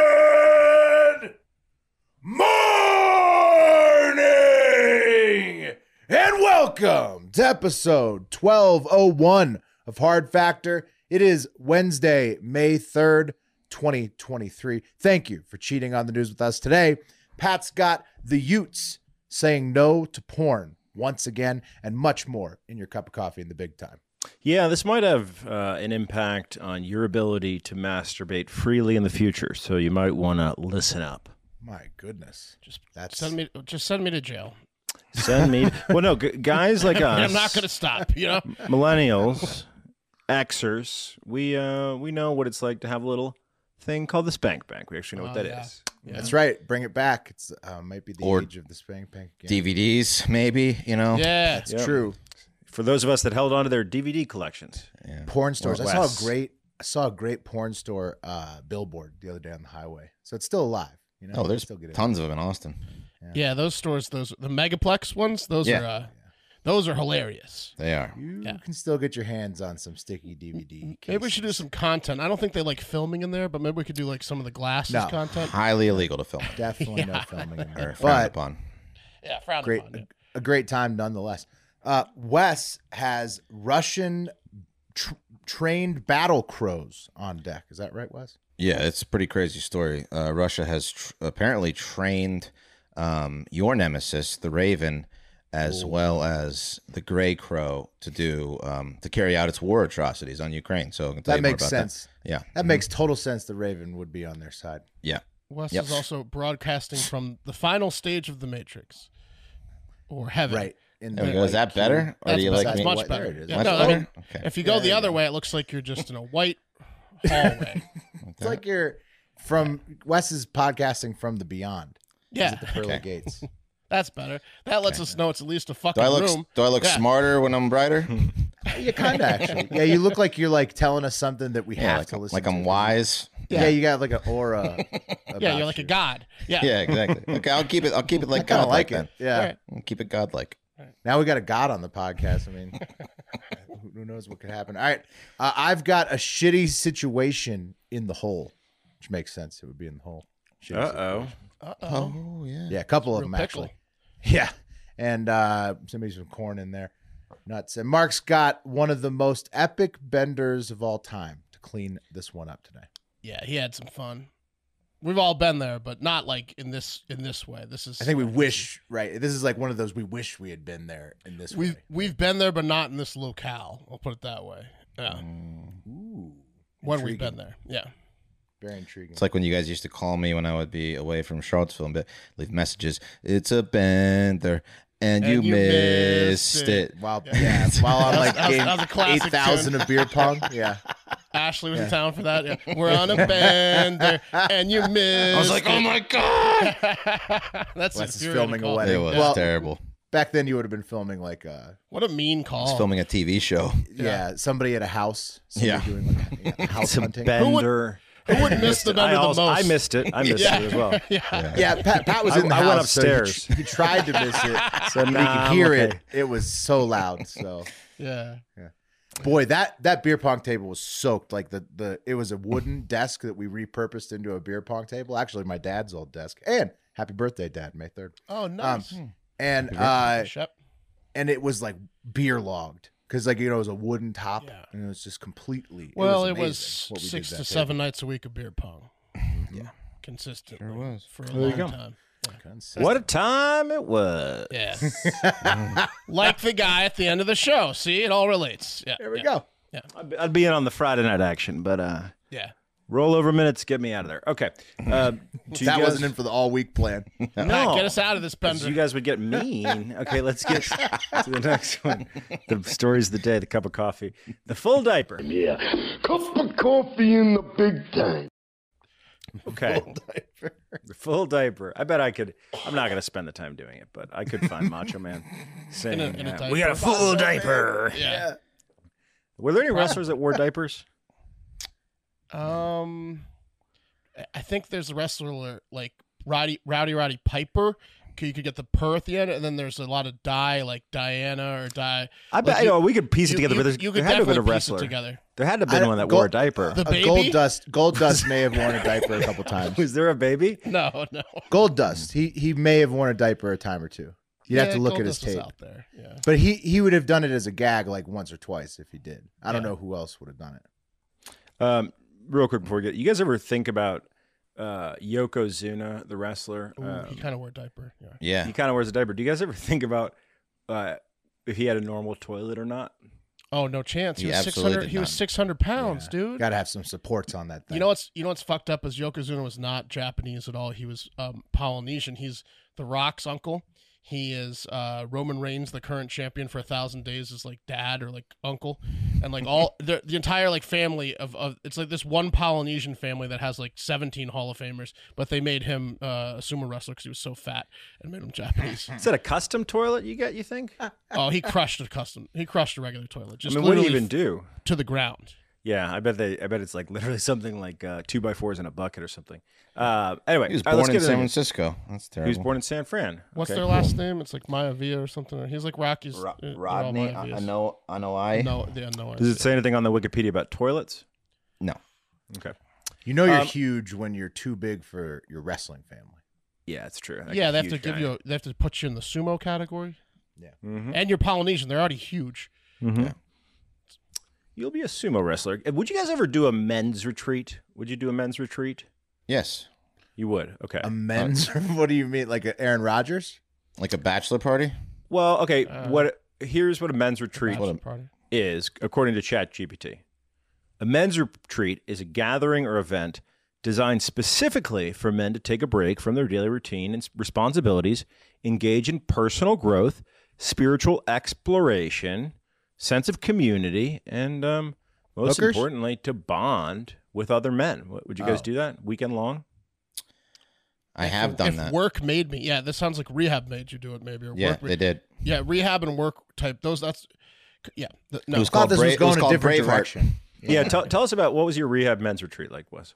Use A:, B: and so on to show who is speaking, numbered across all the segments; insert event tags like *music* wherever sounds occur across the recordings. A: Good
B: morning and welcome to episode 1201 of Hard Factor. It is Wednesday, May 3rd, 2023. Thank you for cheating on the news with us today. Pat's got the Utes saying no to porn once again and much more in your cup of coffee in the big time.
C: Yeah, this might have uh, an impact on your ability to masturbate freely in the future. So you might want to listen up.
B: My goodness. Just that's
D: Send me, just send me to jail.
C: Send
D: *laughs*
C: me. well, no, g- guys like us,
D: I'm *laughs* not going to stop. You know,
C: millennials, Xers, we uh, we know what it's like to have a little thing called the spank bank. We actually know what
D: Oh,
C: that is.
D: yeah.
B: That's right. Bring it back. It's uh, might be the
E: Or
B: age of the spang pank. Yeah,
E: DVDs, maybe, you know?
D: yeah.
B: It's true.
C: For those of us that held on to their DVD collections,
B: porn stores.
C: Well,
B: I saw
C: less.
B: a great I saw a great porn store uh, billboard the other day on the highway. So it's still alive. You know,
E: Oh, there's
B: still get it.
E: tons of them in Austin.
D: Yeah, those stores, those the megaplex ones, those
E: Yeah.
D: are uh, those are hilarious.
E: They are.
B: You
D: Yeah.
B: can still get your hands on some sticky DVD.
D: Maybe we should do
B: cases.
D: some content. I don't think they like filming in there, but maybe we could do like some of the glasses
B: No.
D: content.
E: Highly illegal
B: *laughs*
E: to film
B: definitely no filming
E: *laughs*
B: in
E: or
B: there,
E: frowned
B: but
E: upon.
D: Yeah, frowned
B: great
D: upon.
B: a, a great time nonetheless. Uh, Wes has Russian tr- trained battle crows on deck. Is that right, Wes?
E: Yeah, it's a pretty crazy story. Uh, Russia has tr- apparently trained um, your nemesis, the Raven, as well as the Gray Crow, to do um, to carry out its war atrocities on Ukraine. So I can tell
B: That
E: you more
B: makes
E: about
B: sense.
E: That. Mm-hmm. Yeah,
B: That makes total sense. The Raven would be on their side.
E: yeah.
D: Wes
E: Yep.
D: is also broadcasting from the final stage of the Matrix, or heaven.
B: Right. In
E: There we
B: the
E: go.
B: white
E: Is that better, or do
D: That's
E: you
D: besides-
E: like me?
D: much
B: What-
D: better.
B: there it is.
D: Yeah,
E: Much
D: no, I mean,
E: better? okay.
D: If you go
B: Yeah,
D: the
B: yeah.
D: other way, it looks like you're just in a white hallway.
B: It's like you're from Wes's podcasting from the beyond.
D: yeah,
B: The pearly
E: Okay.
B: gates.
D: that's better. That lets us know it's at least a fucking
E: do I look
D: room.
E: do I look
D: Yeah.
E: smarter when I'm brighter?
B: *laughs* you kind of actually. Yeah, you look like you're like telling us something that we
E: yeah,
B: have
E: like,
B: to listen.
E: like
B: to.
E: I'm wise.
B: Yeah. you got like an aura.
D: Yeah,
B: about
D: you're like a
B: you.
D: god. Yeah.
E: Yeah, exactly. Okay, I'll keep it. I'll keep it
B: I
E: like
B: kind
E: God.
B: of like
E: Like
B: it.
E: that.
B: Yeah.
D: All right.
E: I'll Keep it God like.
B: Now we got a god on the podcast. I mean, *laughs* who- who knows what could happen? All right, uh, I've got a shitty situation in the hole, which makes sense. It would be in the hole. Shitty
C: uh
D: Uh-oh.
E: Oh, yeah.
B: Yeah, a couple of
D: Real
B: them
D: pickle.
B: actually. *laughs* Yeah, and uh, somebody's some corn in there. Nuts. And Mark's got one of the most epic benders of all time to clean this one up today.
D: Yeah, he had some fun. We've all been there, but not like in this in this way. This is
B: I think we wish. Right. This is like one of those we wish we had been there in this
D: we've
B: way.
D: we've been there, but not in this locale. I'll put it that way. Yeah,
B: Ooh.
D: when we've been there. Yeah,
B: Very intriguing.
E: It's like when you guys used to call me when I would be away from Charlottesville and be- leave messages. It's a bender, and,
D: And
E: you,
D: you missed
E: missed,
D: it.
E: it.
B: while yeah,
D: *laughs* Yeah.
B: while I'm like
D: That was-
B: game
D: that was a classic
B: eight thousand
D: tune.
B: of beer
D: *laughs*
B: pong. Yeah.
D: Ashley was in town for that. Yeah. We're on a bender, and you missed.
E: I was like, oh my god,
D: *laughs* that's
B: Wes is
D: infuriating
B: filming a
D: call.
B: wedding.
E: it was
B: Well-
E: terrible.
B: Back then you would have been filming like uh
D: What a mean
E: I was
D: call.
E: filming a TV show.
B: yeah, somebody at a house. Somebody
E: Yeah.
B: doing like
E: *laughs*
B: a- yeah, house
C: Some
B: hunting.
C: bender.
D: Who would miss the
C: I,
D: bender the
C: also- I
D: most?
C: missed it. I missed
D: Yeah.
C: it as well.
D: *laughs* Yeah,
B: Yeah, Pat, Pat was
C: I-
B: in the
C: I
B: house.
C: went
B: so he tr-
C: upstairs.
B: he tried to miss it,
C: *laughs* So
B: but he could hear it. It was so loud. So,
D: yeah.
B: boy, that that beer pong table was soaked. Like the the it was a wooden desk that we repurposed into a beer pong table. Actually, my dad's old desk. And happy birthday, Dad, May third.
D: Oh, nice.
B: And uh,
D: Shep.
B: and it was like beer logged because like you know it was a wooden top
D: Yeah.
B: and it was just completely.
D: Well, it
B: amazing
D: was,
B: what we did
D: six
B: that
D: to
B: day.
D: seven nights a week of beer pong. yeah, consistently.
E: was.
D: for a
C: you
D: long
C: go.
D: time.
B: Consistent.
C: What a time it was.
D: Yeah, *laughs* like the guy at the end of the show. See, it all relates. Yeah,
B: There we
D: yeah,
B: go.
C: I'd be- I'd be in on the Friday night action, but uh,
D: Yeah,
C: Rollover minutes, get me out of there.
D: *laughs*
C: Okay. Uh, do you
B: that
C: guys-
B: wasn't in for the all week
C: *laughs*
B: plan.
C: No.
D: Pat, get us out of this, Bender.
C: You guys would get
D: *laughs*
C: mean. Okay, let's get to the next one. The stories of the day, the cup of coffee, the full diaper.
F: Yeah. Cup of coffee in the big time.
C: Okay. The full diaper. I bet I could. I'm not going to spend the time doing it, but I could find Macho
D: *laughs*
C: Man saying,
D: in a
C: uh,
D: diaper.
C: "We got a full diaper."
D: yeah.
C: Were there any wrestlers that
D: *laughs*
C: wore diapers?
D: Um, I- I think there's a wrestler like Roddy Rowdy Roddy Piper. c- You could get the purr at the end, and then there's a lot of die like Diana or die.
C: I bet.
D: Like, you-
C: oh, we could piece it
D: you-
C: together,
D: you-
C: but there's,
D: you
C: there
D: could
C: had to have been a
D: definitely piece it
C: wrestler.
D: together. *laughs*
C: There had to have
B: I
C: been
B: don't-
C: one that
B: Gold-
C: wore a diaper.
D: The
B: Uh,
D: baby?
B: Gold Dust.
D: *laughs*
B: Gold Dust may have worn a diaper a couple times.
C: Was there a baby?
D: No, no.
B: Gold Dust. He he may have worn a diaper a time or two. You'd have
D: Yeah,
B: to look
D: Gold
B: at his
D: Dust was
B: tape.
D: out there. Yeah.
B: But he he would have done it as a gag like once or twice if he did. I don't know who else would have done it.
C: Um, real quick before we get, you guys ever think about uh, Yokozuna, the wrestler?
D: Ooh,
C: Um,
D: he kind of wore a diaper. Yeah.
E: Yeah.
C: he kind of wears a diaper. Do you guys ever think about uh, if he had a normal toilet or not?
D: Oh no chance. He,
E: He
D: was six
E: absolutely
D: hundred.
E: did
D: He was
E: not.
D: six hundred pounds, dude.
B: Got to have some supports on that thing.
D: You know what's you know what's fucked up is Yokozuna was not Japanese at all. He was um, Polynesian. He's The Rock's uncle. He is uh, Roman Reigns, the current champion for a thousand days, is like dad or like uncle, and like all the the entire like family of, of it's like this one Polynesian family that has like seventeen Hall of Famers, but they made him uh, a sumo wrestler because he was so fat and made him Japanese.
C: Is that a custom toilet you get? You think? I
D: oh, he crushed a custom. He crushed a regular toilet. Just
C: mean, what do you
D: literally
C: even do?
D: to the ground.
C: Yeah, I bet they. I bet it's like literally *laughs* something like uh, two by fours in a bucket or something. Uh, anyway,
E: He was
C: all right, let's
E: born in
C: get
E: San
C: it.
E: Francisco. That's
C: He
E: terrible.
C: was born in San Fran.
D: What's
C: Okay.
D: their last name? It's like Maya Villa or something. Or he's like Rocky's uh,
E: Ro-
D: they're all
E: Rodney.
D: Maya
E: I, I
D: Villas.
E: know. I know. I.
D: No, yeah, no.
C: Does it say anything on the Wikipedia about toilets?
E: No.
C: Okay.
B: You know you're
C: Um,
B: huge when you're too big for your wrestling family.
C: Yeah, it's true.
D: yeah, they have to give you. A, they have to put you in the sumo category.
C: hmm
D: And you're Polynesian. They're already huge.
C: Mm-hmm.
E: Yeah.
C: You'll be a sumo wrestler. Uh, Would you guys ever do a men's retreat? Would you do a men's retreat?
E: Yes.
C: You would. Okay.
B: A men's? *laughs* what do you mean? Like a Aaron Rodgers?
E: Like a bachelor party.
C: well, okay.
D: Uh,
C: what? Here's what a men's retreat
D: Bachelor party.
C: is, according to ChatGPT. A men's retreat is a gathering or event designed specifically for men to take a break from their daily routine and s- responsibilities, engage in personal growth, spiritual exploration, sense of community, and um, most
B: Hookers?
C: importantly, to bond with other men. What- Would you guys do that weekend long?
E: I have done
D: if
E: that.
D: work made me, yeah, this sounds like rehab made you do it, maybe. Or
E: Yeah,
D: work,
E: they did.
D: yeah, rehab and work type. Those, that's, yeah, th- no.
E: It was
B: Thought
E: called,
B: this
E: Bra-
B: was going
E: it was
B: a
E: called
B: different
E: Braveheart.
B: direction.
C: Yeah, tell tell us about what was your rehab men's retreat like, Wes?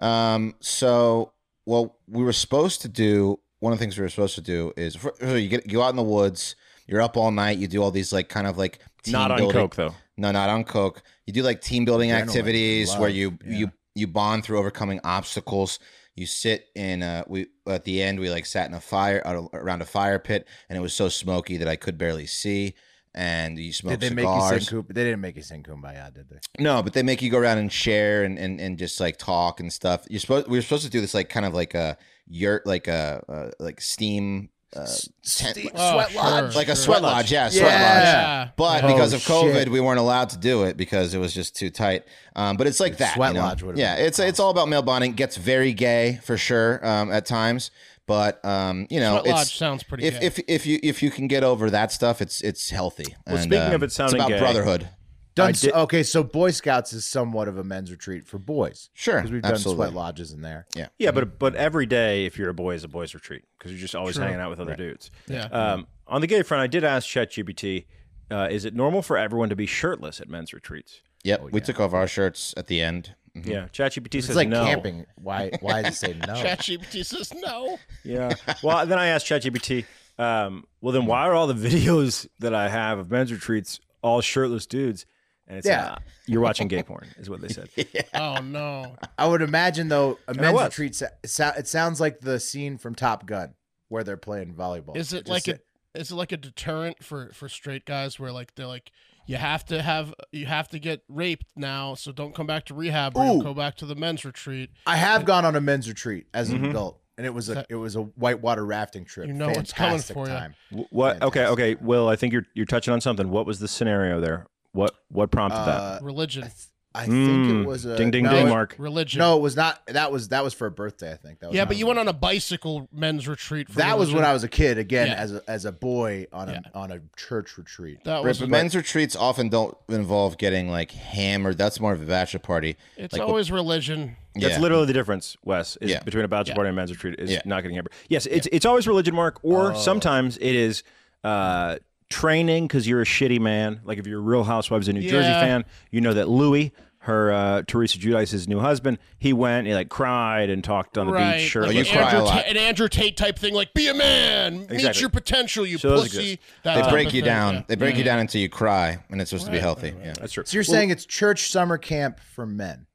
E: Um, so, well, we were supposed to do one of the things we were supposed to do is fir- so you get you go out in the woods, you're up all night, you do all these like kind of like team
C: Not on
E: building-
C: coke though.
E: No, not on coke. You do like team building
B: Adrenaline,
E: activities
B: love,
E: where you
B: yeah.
E: you you bond through overcoming obstacles. You sit in uh we at the end we like sat in a fire out around a fire pit and it was so smoky that I could barely see. And you
B: Did
E: smoked
B: they make
E: cigars.
B: you sing Kumbaya? They didn't make you sing Kumbaya, did they?
E: No, but they make you go around and share and, and, and just like talk and stuff. You're supposed we were supposed to do this like kind of like a yurt like a uh, like steam uh, tent-
B: Ste-
D: Oh,
B: sweat
D: sure.
B: lodge.
E: like a
D: sure.
E: sweat lodge, yeah, sweat lodge.
D: yeah.
E: But
B: Yeah.
E: because
B: Oh,
E: of COVID,
B: shit.
E: we weren't allowed to do it because it was just too tight. Um, but it's like
B: Dude,
E: that
B: sweat
E: you know?
B: lodge would've
E: Yeah,
B: been
E: it's it's all about male bonding. Gets very gay for sure um, at times, but um, you know
D: Sweat
E: it's.
D: lodge sounds pretty.
E: if,
D: gay.
E: if if you if you can get over that stuff, it's it's healthy. um,
C: Well, speaking of it sounding
E: it's about
C: gay-
E: brotherhood.
B: Done
C: I
B: s-
C: did-
B: okay, so Boy Scouts is somewhat of a men's retreat for boys.
E: Sure,
B: Because we've
E: absolutely.
B: done sweat lodges in there.
E: Yeah,
C: Yeah,
B: Mm-hmm.
C: but but every day, if you're a boy, is a boys' retreat because you're just always hanging out with other dudes.
D: Yeah.
C: Um,
B: Mm-hmm.
C: on the gay front, I did ask ChatGPT, uh, is it normal for everyone to be shirtless at men's retreats?
E: Yep,
B: Oh,
E: we took off our shirts at the end.
C: Yeah, ChatGPT
B: Hmm. It's
C: says
B: like
C: no.
B: camping. Why why does it
C: *laughs*
B: say no?
D: ChatGPT says no.
C: Yeah. Well, then I asked ChatGPT, um, well,
B: Hmm.
C: then why are all the *laughs* videos that I have of men's retreats all shirtless dudes? And it's
B: Yeah.
C: uh, you're watching gay porn, is what
B: *laughs*
C: they said.
D: Oh no.
B: I would imagine though a
C: I
B: men's
C: was.
B: retreat. sa- It, sou- it sounds like the scene from Top Gun where they're playing volleyball.
D: Is it
B: just
D: like
B: sa-
D: a, is it like a deterrent for for straight guys where like they're like you have to have you have to get raped now, so don't come back to rehab or you'll
B: Ooh.
D: go back to the men's retreat.
B: I have gone on a men's retreat as an
C: Mhm.
B: adult, and it was a
D: That-
B: it was a whitewater rafting trip.
D: Mm-hmm. You know what's coming
B: Fantastic
D: for ya.
B: time.
C: Wh- What? Okay,
B: Fantastic.
C: okay. Will, I think you're you're touching on something. What was the scenario there? What what prompted that?
B: Uh,
D: Religion.
B: I think
C: Mm.
B: it was a
C: ding ding
B: no,
C: ding,
B: it-
C: Mark.
D: Religion.
B: No, it was not. That was that was for a birthday. I think. That was
D: Yeah,
B: not
D: but
B: a
D: you went on a bicycle men's retreat. For
B: That was when I was a kid again,
D: Yeah.
B: as a, as a boy on a
D: Yeah.
B: on a church retreat.
D: That
E: Right,
D: was
E: but men's retreats often don't involve getting like hammered. That's more of a bachelor party.
D: It's
E: like,
D: always religion.
C: That's
E: yeah.
C: literally the difference, Wes, is
E: Yeah.
C: between a bachelor
D: Yeah.
C: party and a men's retreat is
E: Yeah.
C: not getting hammered. Yes, it's it's always religion, Mark, or
D: Oh.
C: sometimes it is uh, training because you're a shitty man. Like if you're a Real Housewives of New Jersey
D: Yeah.
C: fan, you know that Louis, her uh, Teresa Judice's new husband, he went and he like cried and talked on the
D: right.
C: beach. Sure,
D: like
E: Oh, you
D: an,
E: cry a
D: Andrew
E: lot.
D: Ta- an Andrew Tate type thing, like be a man, meet
C: Exactly.
D: your potential, you
C: So those
D: pussy.
C: exist.
D: That
E: They
D: type
E: break
D: of
E: you
D: thing,
E: down.
D: yeah.
E: They break
D: Yeah,
E: you down until you cry, and it's supposed to be healthy. Yeah.
C: that's true.
B: So you're saying it's church summer camp for men?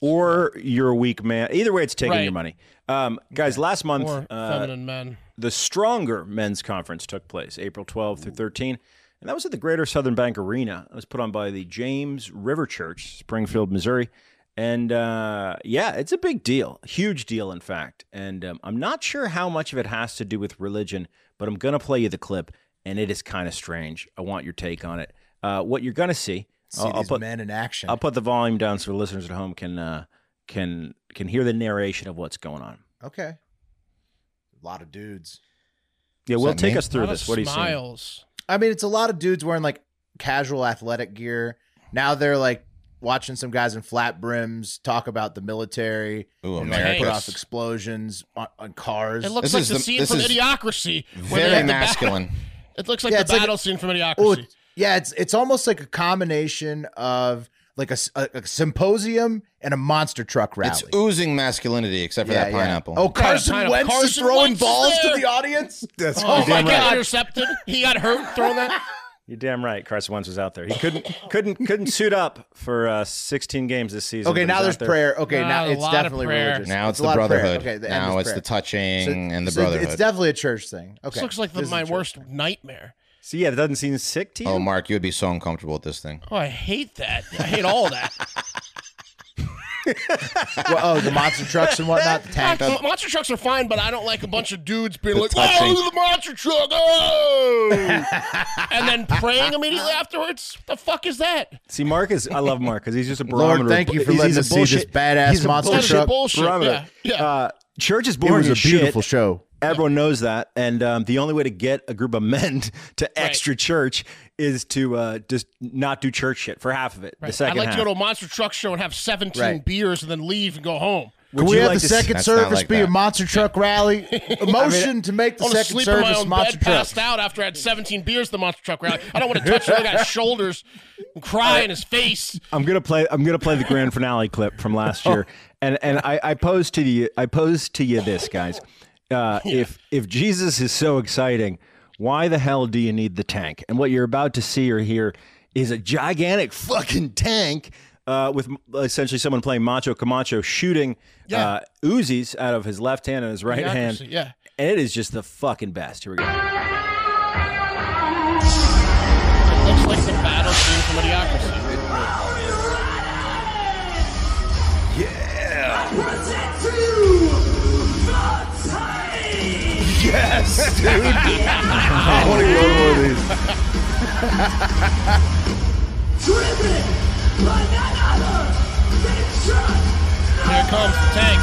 C: Or you're a weak man. Either way, it's taking
D: Right.
C: your money. Um, guys, last month,
D: Or
C: uh,
D: feminine men.
C: the Stronger Men's Conference took place April 12 through 13. And that was at the Greater Southern Bank Arena. It was put on by the James River Church, Springfield, Missouri. And uh, yeah, it's a big deal, huge deal, in fact. And um, I'm not sure how much of it has to do with religion, but I'm going to play you the clip, and it is kind of strange. I want your take on it. Uh, what you're going to see,
B: See
C: I'll- I'll
B: these
C: put
B: men in action.
C: I'll put the volume down so the listeners at home can uh, can can hear the narration of what's going on.
B: okay. A lot of dudes.
C: Yeah,
E: Does
C: Will,
E: that
C: take
E: mean-
C: us through
D: Lot of
C: this. What do you see?
D: smiles.
B: I mean, it's a lot of dudes wearing like casual athletic gear. Now they're like watching some guys in flat brims talk about the military
E: Ooh,
B: and like put
E: America's-
B: off explosions on, on cars.
D: It looks
E: This
D: like
E: is
D: the,
E: the-
D: scene
E: this
D: from
E: is
D: Idiocracy. where they
E: Very
D: have the ba-
B: *laughs*
E: masculine.
D: it looks like
B: Yeah,
D: the
B: it's like-
D: battle scene from Idiocracy.
B: Oh, it's- yeah, it's it's almost like a combination of like a, s- a- a symposium and a monster truck rally.
E: It's oozing masculinity, except for
B: Yeah,
E: that
B: yeah.
E: pineapple.
B: Oh,
D: Got a
B: Carson
D: pineapple.
B: Wentz is
D: Carson
B: throwing
D: Wentz is
B: balls
D: there.
B: to the audience.
G: That's
D: Oh my
C: damn right.
D: God! Intercepted. He got hurt
B: *laughs*
D: throwing that.
C: You're damn right. Carson Wentz was out there. He couldn't couldn't couldn't suit up for uh, 16 games this season.
B: Okay,
C: but
B: now
C: he's
B: there's
C: out there.
B: prayer. Okay,
D: Nah,
B: now
D: a
B: it's
D: lot of
B: definitely
D: prayer.
B: religious.
E: now it's,
B: a
E: the
B: lot of prayer.
E: brotherhood.
B: Okay, the end
E: now
B: is
E: it's the
B: prayer.
E: touching
B: So-
E: and the
B: so
E: brotherhood. Oh,
B: It's definitely a church thing. Okay,
D: This looks like the,
B: This is
D: my
B: church.
D: worst nightmare.
C: See, yeah, that doesn't seem sick to you.
E: oh, Mark, you would be so uncomfortable with this thing.
D: Oh, I hate that. I hate all
B: *laughs*
D: that.
B: Well, oh, the monster trucks and whatnot. The tank.
D: Mon- monster trucks are fine, but I don't like a bunch of dudes being
E: The
D: like,
E: touching.
D: "Oh, look at the monster truck!"
B: *laughs*
D: Oh! and then praying immediately afterwards. What the fuck is that?
C: See, Mark is I love Mark because he's just
B: *laughs*
C: a
B: Lord,
C: barometer. of
B: thank
C: bu-
B: you for
C: he's-
B: letting
C: he's a
B: us see this
C: bullshit-
B: badass
C: he's a
B: monster
D: That's
B: truck.
C: bullshit
D: bullshit. Yeah,
C: barometer.
D: yeah.
C: Uh, church is
B: It
C: boring
B: was a
C: as shit.
B: beautiful show.
C: Everyone knows that, and um, the only way to get a group of men *laughs* to extra church is to uh, just not do church shit for half of it. The
D: Right. I'd
C: second
D: like
C: half.
D: to go to a monster truck show and have 17
B: Right.
D: beers and then leave and go home.
B: Can
C: Would
B: we
C: you
B: have
C: like
B: the
C: to see-
B: second
E: That's not
B: service
E: like
B: be a
E: that.
B: monster truck rally? A motion to make
D: I
B: the
D: want to
B: second
D: sleep in my
B: service
D: own
B: monster
D: bed,
B: truck.
D: passed out after I had 17 beers at the monster truck rally. I don't want to touch the other guy's shoulders and cry in his face.
C: I'm gonna play. I'm gonna play the grand finale clip from last year, and and I, I pose to you. I pose to you this, guys. Uh, If if Jesus is so exciting, why the hell do you need the tank? And what you're about to see or hear is a gigantic fucking tank uh, with essentially someone playing Macho Camacho shooting uh, Uzis out of his left hand and his right hand.
D: Idiocracy, yeah.
C: and it is just the fucking best. Here we go.
D: It looks like the battle scene from Idiocracy.
G: Yes, dude. I want to go more of these.
H: driven by none other than Chuck
D: Here comes the tank.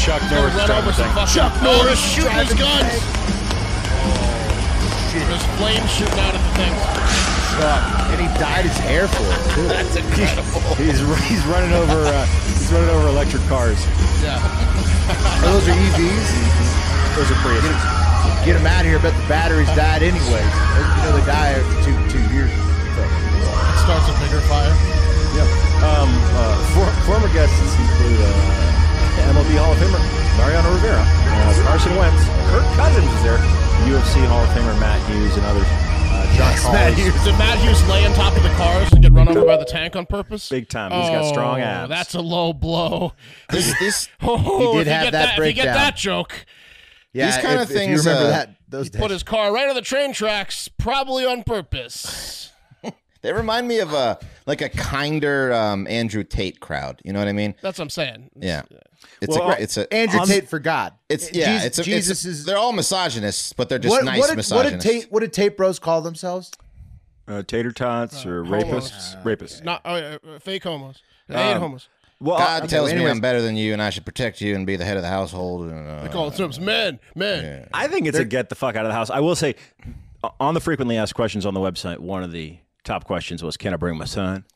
G: Chuck Norris
D: Run
G: driving
D: over
G: the
D: some
G: thing.
D: fucking. Chuck Norris shooting his guns. Oh, There's flames shooting out of the thing.
B: And he dyed his hair for it. too.
C: He's he's running over. Uh, he's running over electric cars.
B: Are those are EVs.
C: Those are pretty.
B: Get them out of here. Bet the batteries died anyways. You know they die after two two years.
D: Starts a bigger fire.
C: Yeah. Um, uh, for, former guests include uh, MLB Hall of Famer Mariano Rivera, uh, Carson Wentz, Kirk Cousins is there, UFC Hall of Famer Matt Hughes, and others. Uh, John
B: Matt
C: Collins.
B: Hughes.
D: Did Matt Hughes lay on top of the cars and get run over by the tank on purpose?
C: Big time. He's got strong
D: Oh,
C: abs.
D: That's a low blow.
E: This, this,
D: Oh,
B: did
D: if you
B: have
D: get
B: that
D: If you get
B: breakdown.
D: that joke,
B: Yeah,
E: These kinda
B: if, If you
E: things,
B: remember
E: uh,
B: that those days.
D: put his car right on the train tracks, probably on purpose.
E: they remind me of a like a kinder um, Andrew Tate crowd. You know what I mean?
D: That's what I'm saying.
E: Yeah. It's
C: Well,
E: a it's a
B: *laughs* Andrew
C: on-
B: Tate for God.
E: it's yeah
B: Jesus,
E: it's a,
B: Jesus
E: it's a-
B: is
E: they're all misogynists, but they're just
B: what,
E: nice
B: what did, what did
E: misogynists.
B: Tate what did Tate Bros call themselves?
C: uh, tater tots or rapists. Rapists.
D: Oh, Not uh, uh, fake homos. They ain't
C: Um,
D: homos.
C: Well,
B: uh,
E: God
C: I-
E: tells me
C: anyways,
E: I'm better than you, and I should protect you and be the head of the household. And, uh,
D: They call themselves men. Men.
C: I think it's a get the fuck out of the house. I will say, uh, on the frequently asked questions on the website, one of the top questions was, "Can I bring my son?"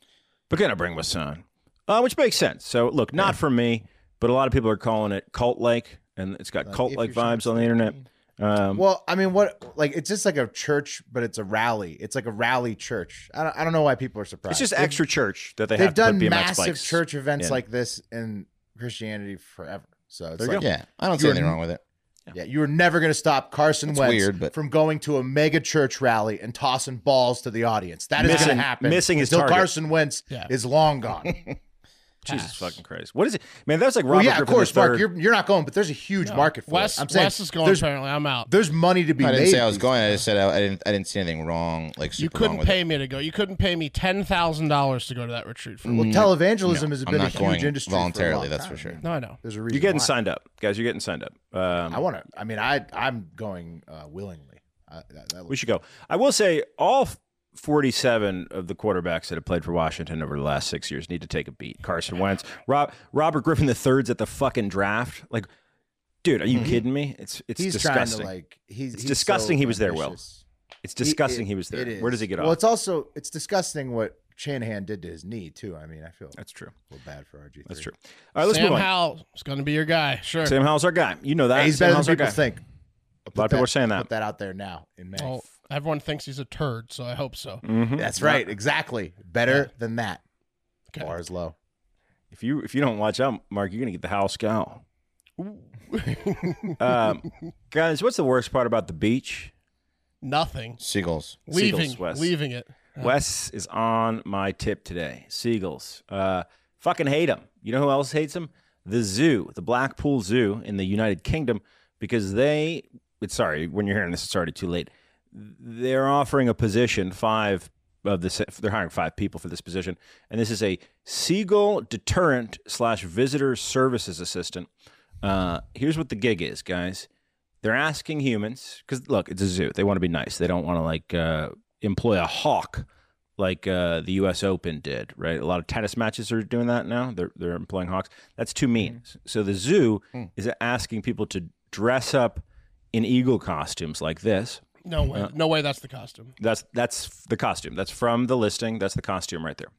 C: But can I bring my son? Uh, which makes sense. So look, not for me, but a lot of people are calling it cult like, and it's got cult like vibes on the internet. Um,
B: Well, I mean, what like it's just like a church, but it's a rally. It's like a rally church. I don't, I don't know why people are surprised.
C: it's just
B: They've-
C: extra church that they
B: They've
C: have to put
B: done
C: BMX
B: massive
C: bikes
B: church events
C: in.
B: like this in Christianity forever. So it's
C: There you
B: like,
C: go.
E: yeah, I don't see
B: You're-
E: anything wrong with it.
B: yeah, you were never going to stop Carson
E: It's
B: Wentz
E: weird, but-
B: from going to a mega church rally and tossing balls to the audience. That is going
C: Missing-
B: to happen.
C: missing his
B: until
C: target.
B: Carson Wentz
D: Yeah.
B: is long
C: *laughs*
B: gone.
C: Jesus fucking Christ! What is it, man? That's like Robert
B: well, yeah, of
C: Griffin
B: course, Mark,
C: III.
B: you're, you're not going, but there's a huge market for
D: Wes,
B: it. I'm saying
D: Wes is going
B: there's,
D: apparently. I'm out.
B: there's money to be
E: I
B: made.
E: didn't say I was going. I just said I, I didn't. I didn't see anything wrong. Like super
D: You
E: wrong
D: couldn't
E: with it.
D: pay me to go. You couldn't pay me ten thousand dollars to go to that retreat for
B: Well, televangelism has
E: I'm
B: been a
E: not going
B: huge industry for a long
E: voluntarily, that's
B: time.
E: for sure.
D: No, I know.
B: There's a reason.
C: You're getting
B: why.
C: signed up, guys. You're getting signed up. Um,
B: I want to. I mean, I I'm going uh, willingly. Uh, that, that
C: we should go. I will say all 47 of the quarterbacks that have played for Washington over the last six years need to take a beat. Carson Wentz, Rob, Robert Griffin III's at the fucking draft. Like, dude, are you kidding me? It's it's
B: Mm-hmm. he's
C: disgusting.
B: trying to like. He's,
C: It's
B: he's
C: disgusting
B: so
C: he was there, Will.
B: ambitious.
C: it's disgusting. He, was there.
B: is.
C: Where does he get
B: well,
C: off?
B: it's also it's disgusting what Shanahan did to his knee too. I mean, I feel
C: That's true.
B: a little bad for RG.
C: That's true. All right, let's
D: Sam
C: move on.
D: Howell is going to be your guy. Sure.
C: Sam Howell's our guy. You know that.
B: Hey, he's
C: Sam
B: better
C: Howell's
B: than people
C: our guy.
B: think.
C: A lot of people are saying that.
B: Put that out there now in May.
D: Well, everyone thinks he's a turd, so I hope so.
B: That's right. Exactly. Better than that.
D: Okay.
B: Bar is low.
C: If you if you don't watch out, Mark, you're gonna get the Howell scowl.
B: *laughs*
C: um, guys, what's the worst part about the beach?
D: Nothing.
E: Seagulls.
C: Seagulls,
D: Leaving.
C: Wes.
D: Leaving it.
C: Wes is on my tip today. Seagulls. Uh, fucking hate them. You know who else hates them? The zoo, the Blackpool Zoo in the United Kingdom, because they, it's sorry, when you're hearing this, it's already too late. They're offering a position, five of the, se- they're hiring five people for this position. And this is a seagull deterrent slash visitor services assistant. Uh, here's what the gig is, guys. They're asking humans, because look, it's a zoo. They want to be nice. They don't want to like uh, employ a hawk like uh, the U.S. Open did, right? A lot of tennis matches are doing that now. They're they're employing hawks. That's too mean.
B: Mm.
C: So the zoo is asking people to dress up in eagle costumes like this.
D: No way. No way. That's the costume.
C: That's that's the costume. That's from the listing. That's the costume right there.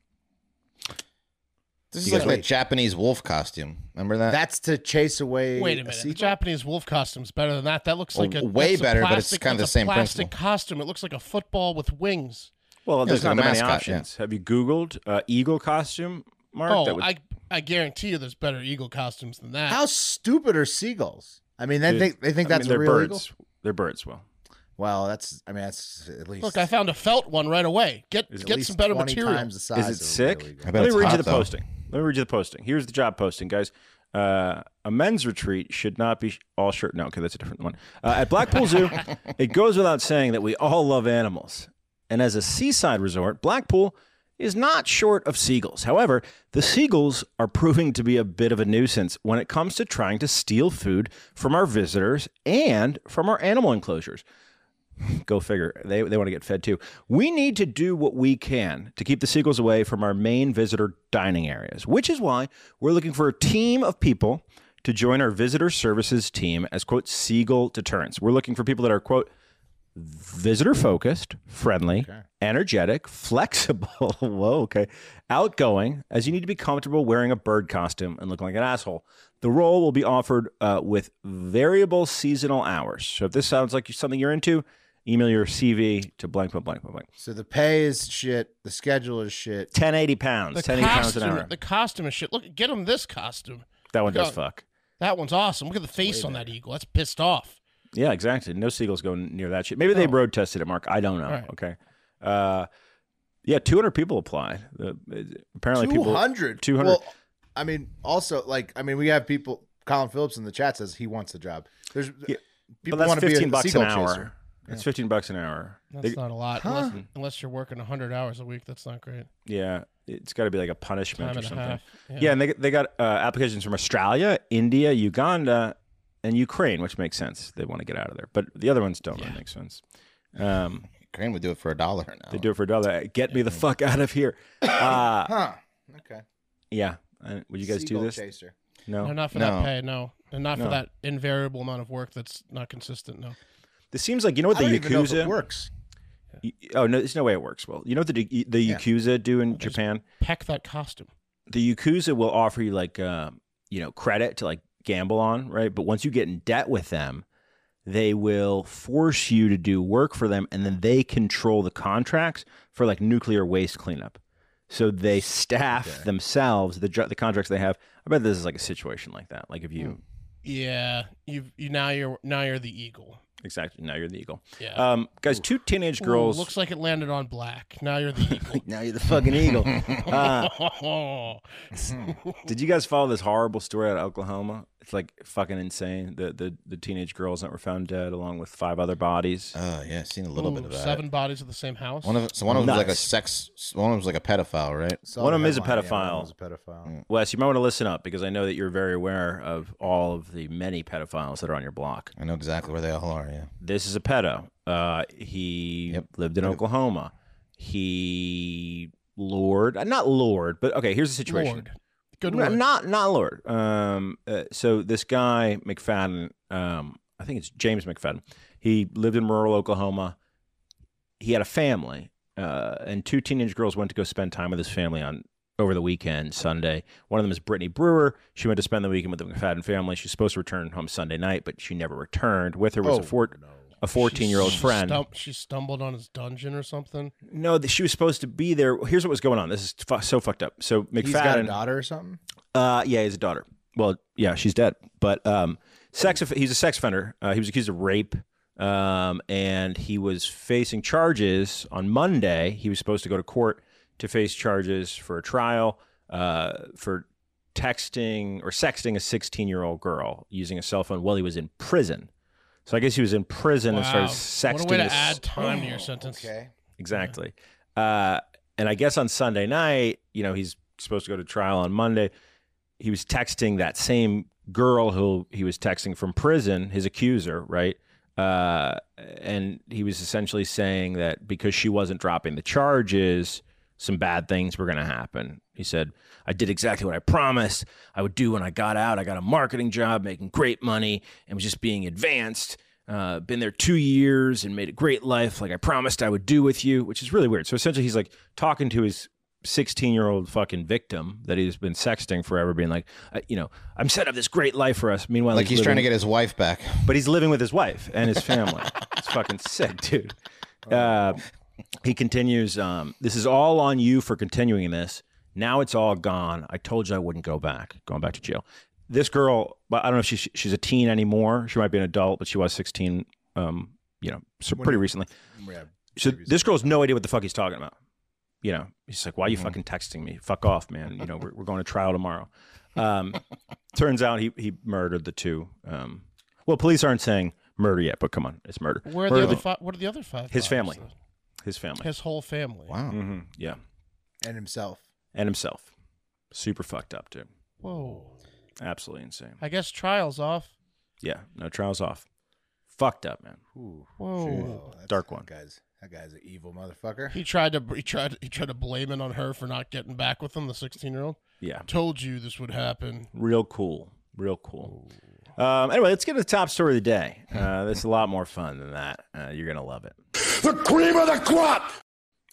E: This is like
C: guys
E: that Japanese wolf costume. Remember that?
B: That's to chase away.
D: Wait a minute. The
B: seagull?
D: Japanese wolf costume's better than that. That looks
E: Well,
D: like a
E: way
D: that's a
E: better, but
D: plastic,
E: it's kinda the
D: that's a
E: same
D: plastic
E: principle.
D: costume. It looks like a football with wings.
C: Well, there's
E: it's like
C: not
E: a
C: that many
E: mascot,
C: options. Have you Googled uh, eagle costume, Mark? That
D: Oh,
C: would-
D: I I guarantee you, there's better eagle costumes than that.
B: How stupid are seagulls? I mean, they
C: Dude,
B: think they think
C: I
B: that's a
C: mean, they're
B: real eagle.
C: birds. They're birds. Well,
B: Well, that's I mean that's at least
D: Look, I found a felt one right away. Get
B: at
D: get
B: least
D: some better
B: 20
D: material.
B: Times the size
C: Is
B: of a
C: it
B: real
C: sick?
B: eagle.
E: I bet
C: Let me
E: it's
C: read you
E: hot,
C: the
E: though.
C: posting. Let me read you the posting. Here's the job posting, guys. Uh, a men's retreat should not be sh- all shirt. No, okay, that's a different one. Uh, at Blackpool
E: *laughs*
C: Zoo, it goes without saying that we all love animals. And as a seaside resort, Blackpool is not short of seagulls. However, the seagulls are proving to be a bit of a nuisance when it comes to trying to steal food from our visitors and from our animal enclosures go figure. They, they want to get fed too. We need to do what we can to keep the seagulls away from our main visitor dining areas, which is why we're looking for a team of people to join our visitor services team as quote seagull deterrents. We're looking for people that are quote visitor focused, friendly, energetic, *laughs* flexible. *laughs* Whoa, okay. Outgoing, as you need to be comfortable wearing a bird costume and looking like an asshole. The role will be offered uh, with variable seasonal hours. So if this sounds like something you're into, email your CV to blank, blank, blank, blank, blank.
B: So the pay is shit. The schedule is shit.
C: 1080 pounds,
D: The
C: 1080 pounds an hour.
D: costume, the costume is shit. Look, get him this costume.
C: that one does
D: God.
C: fuck.
D: That one's awesome. Look at the face on that eagle. That's pissed off.
C: Yeah, exactly. No seagulls go near that shit. Maybe they road tested it, Mark. I don't know.
D: Oh. right.
C: Okay. Uh, yeah, 200 people applied. The- uh, apparently, people.
B: 200.
C: 200.
B: Well, I mean, also, like, I mean, we have people. Colin Phillips in the chat says he wants the job. There's people
C: but
B: want
C: that's
B: to be a
C: fifteen bucks an
B: seagull
C: hour.
B: chaser.
C: That's fifteen bucks an hour.
D: That's
C: They-
D: not a lot, unless, unless you're working 100 hours a week. That's not great.
C: yeah, it's got to be like a punishment
D: Time
C: or
D: and a
C: something.
D: half,
C: Yeah.
D: yeah.
C: and they they got uh, applications from Australia, India, Uganda, and Ukraine, which makes sense. They want to get out of there, but the other ones don't really make sense. Um,
E: Crane would do it for a dollar now.
C: They do it for a dollar. Get me the fuck out of
E: *coughs*
C: here. Uh,
E: Huh. Okay.
C: yeah. Uh, Would you guys
E: Seagull
C: do this?
E: Chaser.
C: No.
D: No, not for
E: No.
D: that pay, no. And not
C: No.
D: for that invariable amount of work that's not consistent, no.
C: This seems like you know what
E: I
C: the
E: don't even know if it
C: Yakuza.
E: works.
C: Y- Oh no, there's no way it works. Well, you know what the the
E: Yeah.
C: Yakuza do in Japan?
D: Peck that costume.
C: The Yakuza will offer you like um, you know credit to like gamble on, right? But once you get in debt with them, they will force you to do work for them, and then they control the contracts for like nuclear waste cleanup. So they staff themselves the jo- the contracts they have. I bet this is like a situation like that. Like if you
D: Hmm. Yeah. You've you now you're now you're the eagle.
C: exactly now you're the eagle.
D: Yeah.
C: Um, guys, two teenage
D: Ooh,
C: girls.
D: looks like it landed on black. Now you're the
C: *laughs*
D: eagle. *laughs*
C: now you're the fucking eagle. Uh,
D: Oh,
C: Did you guys follow this horrible story out of Oklahoma? It's like fucking insane. The the, the teenage girls that were found dead along with five other bodies.
E: Oh yeah, I've seen a little bit
D: Ooh,
E: of that.
D: seven bodies of the same house.
E: One of so one of them was like a
C: Nuts.
E: sex. One of them was like a pedophile, right?
B: Saw
C: One
B: the
C: of 'em is a
B: headline, yeah, one
C: pedophile.
B: of 'em is a pedophile.
C: Wes, you might want to listen up because I know that you're very aware of all of the many pedophiles that are on your block.
E: I know exactly where they all are. Yeah.
C: This is a pedo. Uh, he
E: Yep.
C: lived in Oklahoma. He lured, uh, not lured, but okay. Here's the situation.
D: Lord. Good
C: No,
D: word.
C: Not not Lord. Um, uh, so this guy McFadden, um, I think it's James McFadden. He lived in rural Oklahoma. He had a family, uh, and two teenage girls went to go spend time with his family on over the weekend, Sunday. One of them is Brittany Brewer. She went to spend the weekend with the McFadden family. She's supposed to return home Sunday night, but she never returned. With her was
B: Oh,
C: a four, a fourteen year old
D: She
C: friend.
D: stum- she stumbled on his dungeon or something.
C: No, that she was supposed to be there. Here's what was going on. This is fu- so fucked up. So McFadden
B: He's got a daughter or something.
C: uh, yeah, he has a daughter. Well, yeah, she's dead. But um, sex. Off- he's a sex offender. Uh, he was accused of rape, um, and he was facing charges on Monday. He was supposed to go to court to face charges for a trial uh, for texting or sexting a 16-year-old girl using a cell phone while he was in prison. So I guess he was in prison
D: Wow.
C: and started
D: what
C: sexting.
D: a way to
C: this- *gasps*
D: add time to your sentence.
E: Okay.
C: Exactly. Uh, and I guess on Sunday night, you know, he's supposed to go to trial on Monday. He was texting that same girl who he was texting from prison, his accuser, right? Uh, and he was essentially saying that because she wasn't dropping the charges, some bad things were going to happen. He said, I did exactly what I promised I would do when I got out. I got a marketing job, making great money, and was just being advanced. Uh, been there two years and made a great life, like I promised I would do with you, which is really weird. So essentially, he's like talking to his 16 year old fucking victim that he's been sexting forever, being like, uh, you know, I'm set up this great life for us. Meanwhile,
E: Like he's
C: living-
E: trying to get his wife back.
C: but he's living with his wife and his family. it's fucking sick, dude. Uh, he continues. Um, this is all on you for continuing this. Now it's all gone. I told you I wouldn't go back. Going back to jail. This girl, but I don't know if she's she's a teen anymore. She might be an adult, but she was 16. Um, you know, so pretty recently. So this girl has no idea what the fuck he's talking about. You know, he's like, "Why are you fucking texting me? Fuck off, man. You know, we're, we're going to trial tomorrow." Um, turns out he he murdered the two. Um, well, police aren't saying murder yet, but come on, it's murder.
D: Where are the
C: Murder
D: other five? What are the other five?
C: His
D: bodies,
C: family.
D: though?
C: his family.
D: Oh, His whole family.
E: Wow.
C: hmm Yeah,
B: and himself.
C: and himself. Super fucked up, dude.
D: Whoa.
C: Absolutely insane.
D: I guess trials off.
C: Yeah, no trials off. Fucked up, man.
D: Whoa.
B: That's-
C: Dark one.
B: That guy's that guy's an evil motherfucker.
D: He tried to he tried he tried to blame it on her for not getting back with him. The sixteen year old
C: Yeah,
D: told you this would happen.
C: real cool, real cool. Um, anyway, let's get to the top story of the day. Uh, this is a lot more fun than that. Uh, you're gonna love it.
A: The cream of the crop!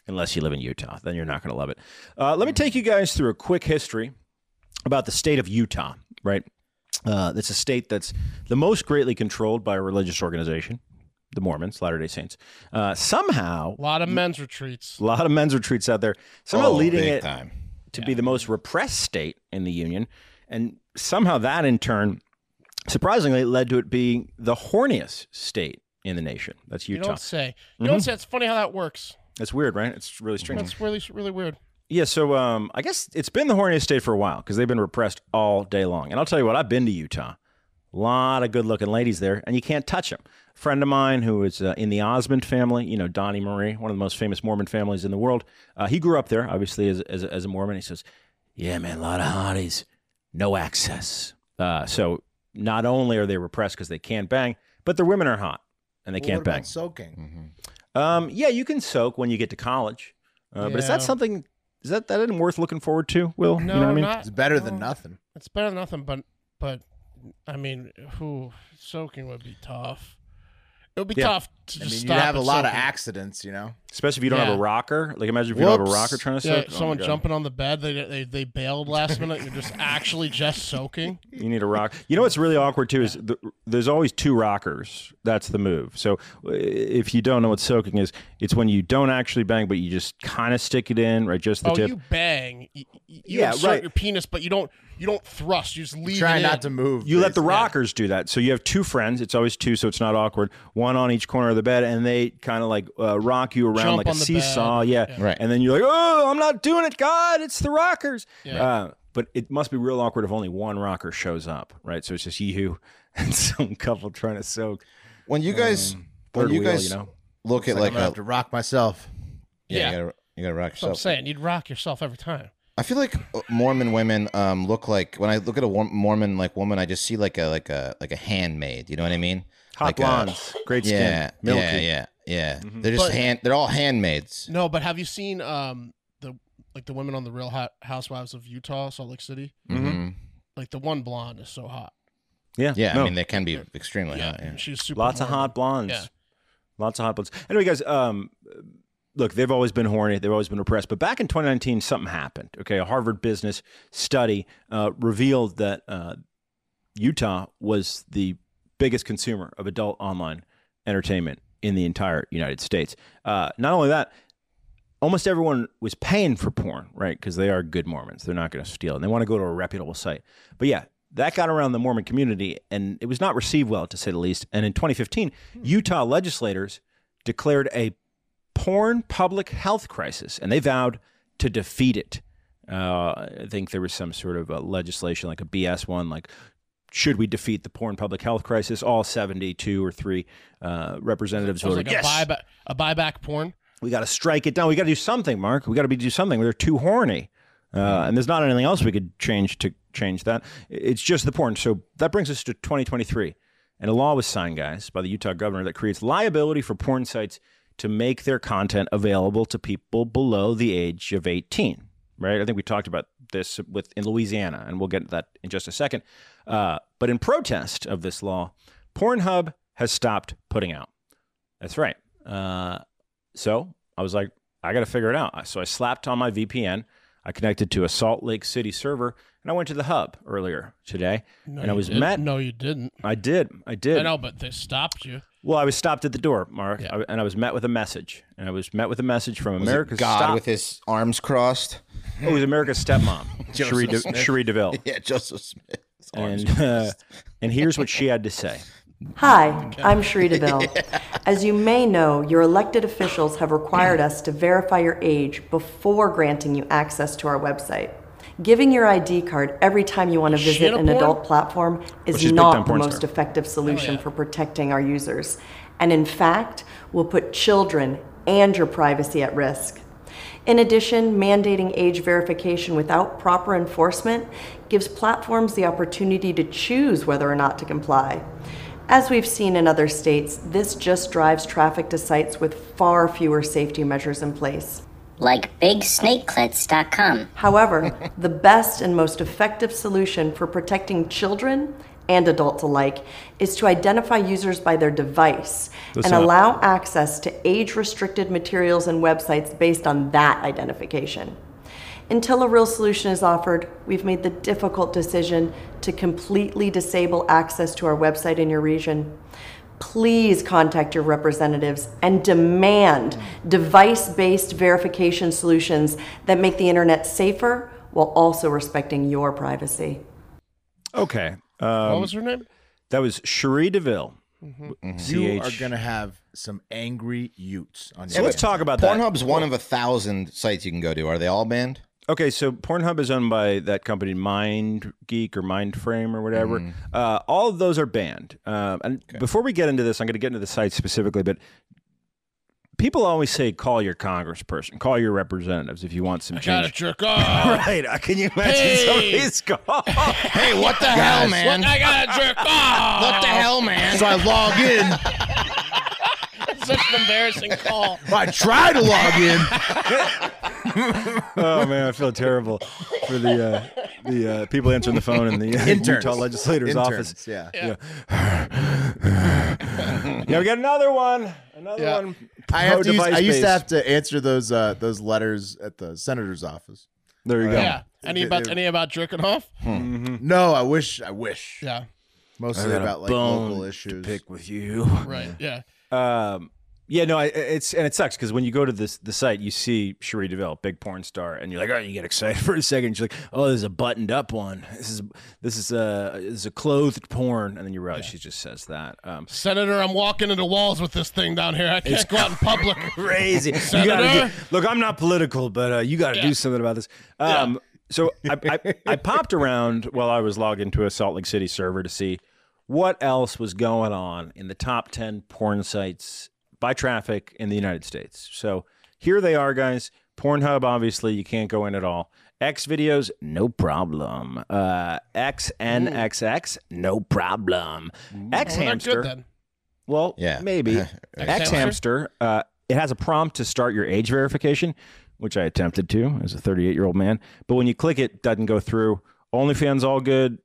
C: unless you live in Utah, then you're not going to love it. Uh, let me take you guys through a quick history about the state of Utah, right? Uh, it's a state that's the most greatly controlled by a religious organization, the Mormons, Latter day Saints. Uh, somehow,
D: A lot of men's retreats.
C: a lot of men's retreats out there, somehow
E: Oh,
C: leading
E: big
C: it
E: time.
C: to be the most repressed state in the Union. And somehow that, in turn, surprisingly, led to it being the horniest state in the nation. That's
D: You
C: Utah. Mm-hmm.
D: don't say. You don't say. It's funny how that works.
C: That's weird, right? It's really strange.
D: That's really really weird.
C: Yeah, so um, I guess it's been the horniest state for a while because they've been repressed all day long. And I'll tell you what, I've been to Utah. A lot of good looking ladies there, and you can't touch them. A friend of mine who is uh, in the Osmond family, you know, Donnie Marie, one of the most famous Mormon families in the world, uh, he grew up there, obviously, as, as, as a Mormon. He says, Yeah, man, a lot of hotties, no access. Uh, so not only are they repressed because they can't bang, but their women are hot and they
B: Well,
C: can't
B: what about
C: bang.
B: Soaking.
C: Um, yeah, you can soak when you get to college, uh, but is that
D: Yeah.
C: something? Is that that isn't worth looking forward to? Will you know what I
D: No,
C: mean?
D: not-
B: It's better than
D: no.
B: nothing.
D: It's better than nothing, but but I mean, who soaking would be tough. It would be
C: Yeah.
D: tough to
B: I
D: just
B: mean, you
D: stop
B: have a
D: at
B: lot of
D: soaking.
B: accidents, you know.
C: Especially if you don't have a
D: Yeah.
C: rocker. Like imagine if you don't have a
B: Whoops.
C: rocker trying to
D: Yeah,
C: soak. Oh my
D: someone
C: God.
D: jumping on the bed. They, they they bailed
C: *laughs*
D: last minute. You're just actually just soaking.
C: You need a rock. You know what's really awkward too is the, there's always two rockers. That's the move. So uh, if you don't know what soaking is, it's when you don't actually bang, but you just kind of stick it in, right? Just the
D: oh,
C: tip.
D: you bang. You, you
C: Yeah,
D: insert
C: right.
D: your penis, but you don't you don't thrust. You just leave.
B: Try
D: it
B: not to
D: in.
B: move.
C: You let the
B: basically.
C: rockers do that. So you have two friends. It's always two, so it's not awkward. One on each corner of the bed, and they kind of like uh, rock you around
D: Jump
C: like a
D: on the
C: seesaw.
D: bed.
C: Yeah.
D: Yeah.
E: Right.
C: And then you're like, oh, I'm not doing it. God, it's the rockers.
D: Yeah.
C: Uh, but it must be real awkward if only one rocker shows up, right? So it's just you *laughs* and some couple trying to soak.
E: When you guys, when
C: Um, Third
E: you
C: wheel,
E: guys
C: you know?
E: look at
B: It's
E: like,
B: I'm gonna have
E: a,
B: to rock myself.
E: yeah,
D: Yeah.
E: You, gotta, you gotta rock
D: That's what I'm
E: yourself.
D: saying. You'd rock yourself every time.
E: I feel like uh, Mormon women um, look like when I look at a Wor- Mormon like woman, I just see like a like a like a handmaid. You know what I mean?
C: Hot
E: like a-
C: blondes, great skin,
E: yeah,
C: milky. Mm-hmm.
E: yeah, yeah, yeah. They're just
D: But-
E: hand. They're all handmaids.
D: No, but have you seen um the like the women on the Real Hot Housewives of Utah, Salt Lake City?
C: Mm-hmm.
E: hmm
D: Like the one blonde is so hot.
C: Yeah.
E: Yeah,
C: no.
E: I mean they can be extremely hot. Oh, Yeah.
D: she's super.
C: Lots of
D: horny.
C: hot blondes.
D: Yeah.
C: Lots of hot blondes. Anyway, guys, um, look, they've always been horny. They've always been repressed. But back in 2019, something happened. Okay, a Harvard business study uh, revealed that uh, Utah was the biggest consumer of adult online entertainment in the entire United States. Uh, not only that, almost everyone was paying for porn, right? Because they are good Mormons. They're not going to steal and they want to go to a reputable site. But yeah, that got around the Mormon community and it was not received well, to say the least. And in 2015, Utah legislators declared a porn public health crisis and they vowed to defeat it. Uh, I think there was some sort of uh legislation, like a BS one, like should we defeat the porn public health crisis? All 72 or three uh, representatives
D: Sounds
C: voted
D: like
C: yes.
D: a buyback, a buyback porn.
C: We got to strike it down. We got to do something, Mark. We got to be do something. They're too horny, uh, and there's not anything else we could change to change that. It's just the porn. So that brings us to 2023, and a law was signed, guys, by the Utah governor that creates liability for porn sites to make their content available to people below the age of 18. Right? I think we talked about this with in Louisiana, and we'll get to that in just a second. Uh, but in protest of this law, Pornhub has stopped putting out. That's right. Uh, so I was like, I got to figure it out. So I slapped on my VPN. I connected to a Salt Lake City server, and I went to the hub earlier today, and I
D: you
C: was
D: didn't.
C: met.
D: No, you didn't.
C: I did. I did.
D: I know, but they stopped you.
C: Well, I was stopped at the door, Mark,
D: Yeah.
C: I- and I was met with a message. And I was met with a message from
E: Was it
C: America's
E: God
C: stop-
E: with his arms crossed.
C: Oh, it was America's
E: *laughs*
C: stepmom, Cherie, De-
E: Smith.
C: Cherie DeVille,
E: *laughs* Yeah, Joseph Smith. His arms
C: and uh, and here's what she had to say.
I: Hi, I'm Sheree DeVille. As you may know, your elected officials have required us to verify your age before granting you access to our website. Giving your ID card every time you want to
D: Shit
I: visit
D: up
I: an
D: porn?
I: adult platform
C: Well,
I: is
C: she's big time
I: not the
C: porn
I: most
C: star.
I: effective solution
D: Oh, yeah.
I: for protecting our users, and in fact, will put children and your privacy at risk. In addition, mandating age verification without proper enforcement gives platforms the opportunity to choose whether or not to comply. As we've seen in other states, this just drives traffic to sites with far fewer safety measures in place.
J: like bigsnakeclits.com.
I: However, the best and most effective solution for protecting children and adults alike is to identify users by their device
C: That's
I: and
C: not-
I: allow access to age restricted materials and websites based on that identification. Until a real solution is offered, we've made the difficult decision to completely disable access to our website in your region. Please contact your representatives and demand device based verification solutions that make the internet safer while also respecting your privacy.
C: Okay, um,
D: what was her name?
C: that was Cherie Deville.
B: You
C: C-H-
B: are gonna have some angry Utes on your.
C: So let's
B: hands.
C: talk about that.
E: Pornhub's one of a thousand sites you can go to. Are they all banned?
C: Okay, so Pornhub is owned by that company Mind Geek or Mind Frame or whatever. Uh, all of those are banned. Uh, and before we get into this, I'm going to get into the site specifically, but people always say call your congressperson, call your representatives if you want some
D: Gotta
C: change.
D: jerk off.
C: *laughs* Right? uh, Can you imagine
D: Hey!
C: somebody's *laughs* call?
E: Hey, what the hell, man? *laughs*
D: I gotta jerk off.
E: What the hell, man?
B: So I log in.
D: That's such an embarrassing
E: *laughs*
D: call.
B: I try to
C: *laughs*
B: log in.
C: oh man, I feel terrible for the uh, the uh, people answering the phone in the uh,
B: *laughs* Interns.
C: Utah legislator's
B: Interns,
C: office.
B: yeah.
C: yeah. Yeah, we got another one. Another
D: Yeah.
C: one.
B: I, have
C: Pro
B: to use,
C: device
B: I used to
C: base.
B: have to answer those uh, those letters at the senator's office.
C: There you go.
D: Yeah. Any about any about jerking off?
B: No, I wish. I wish.
D: Yeah.
B: Mostly
C: Hmm. got a
B: about like
C: bone
B: local
C: to
B: issues.
C: Pick with you.
D: Right. Yeah.
C: Um, yeah, no, I, it's and it sucks because when you go to this the site, you see Cherie Deville, big porn star, and you're like, oh, you get excited *laughs* for a second. She's like, oh, there's a buttoned up one. This is this is a this is a clothed porn, and then you realize she just says that. Um,
D: Senator, I'm walking into walls with this thing down here. I can't
C: It's
D: go out in
E: *laughs*
D: public.
C: crazy. You gotta
D: Senator?
C: do- look, I'm not political, but uh, you got to do something about this. Um, So I, I,
D: *laughs*
C: I popped around while I was logged into a Salt Lake City server to see what else was going on in the top 10 porn sites by traffic in the United States. So here they are, guys. Pornhub, obviously, you can't go in at all. X videos, no problem. Uh, XNXX, no problem. X
D: Oh, they're
C: hamster.
D: good then.
C: Well,
E: Yeah. *laughs*
C: maybe.
E: Right.
C: X hamster. Uh, it has a prompt to start your age verification, which I attempted to as a 38 year old man. But when you click it, doesn't go through. OnlyFans, all good.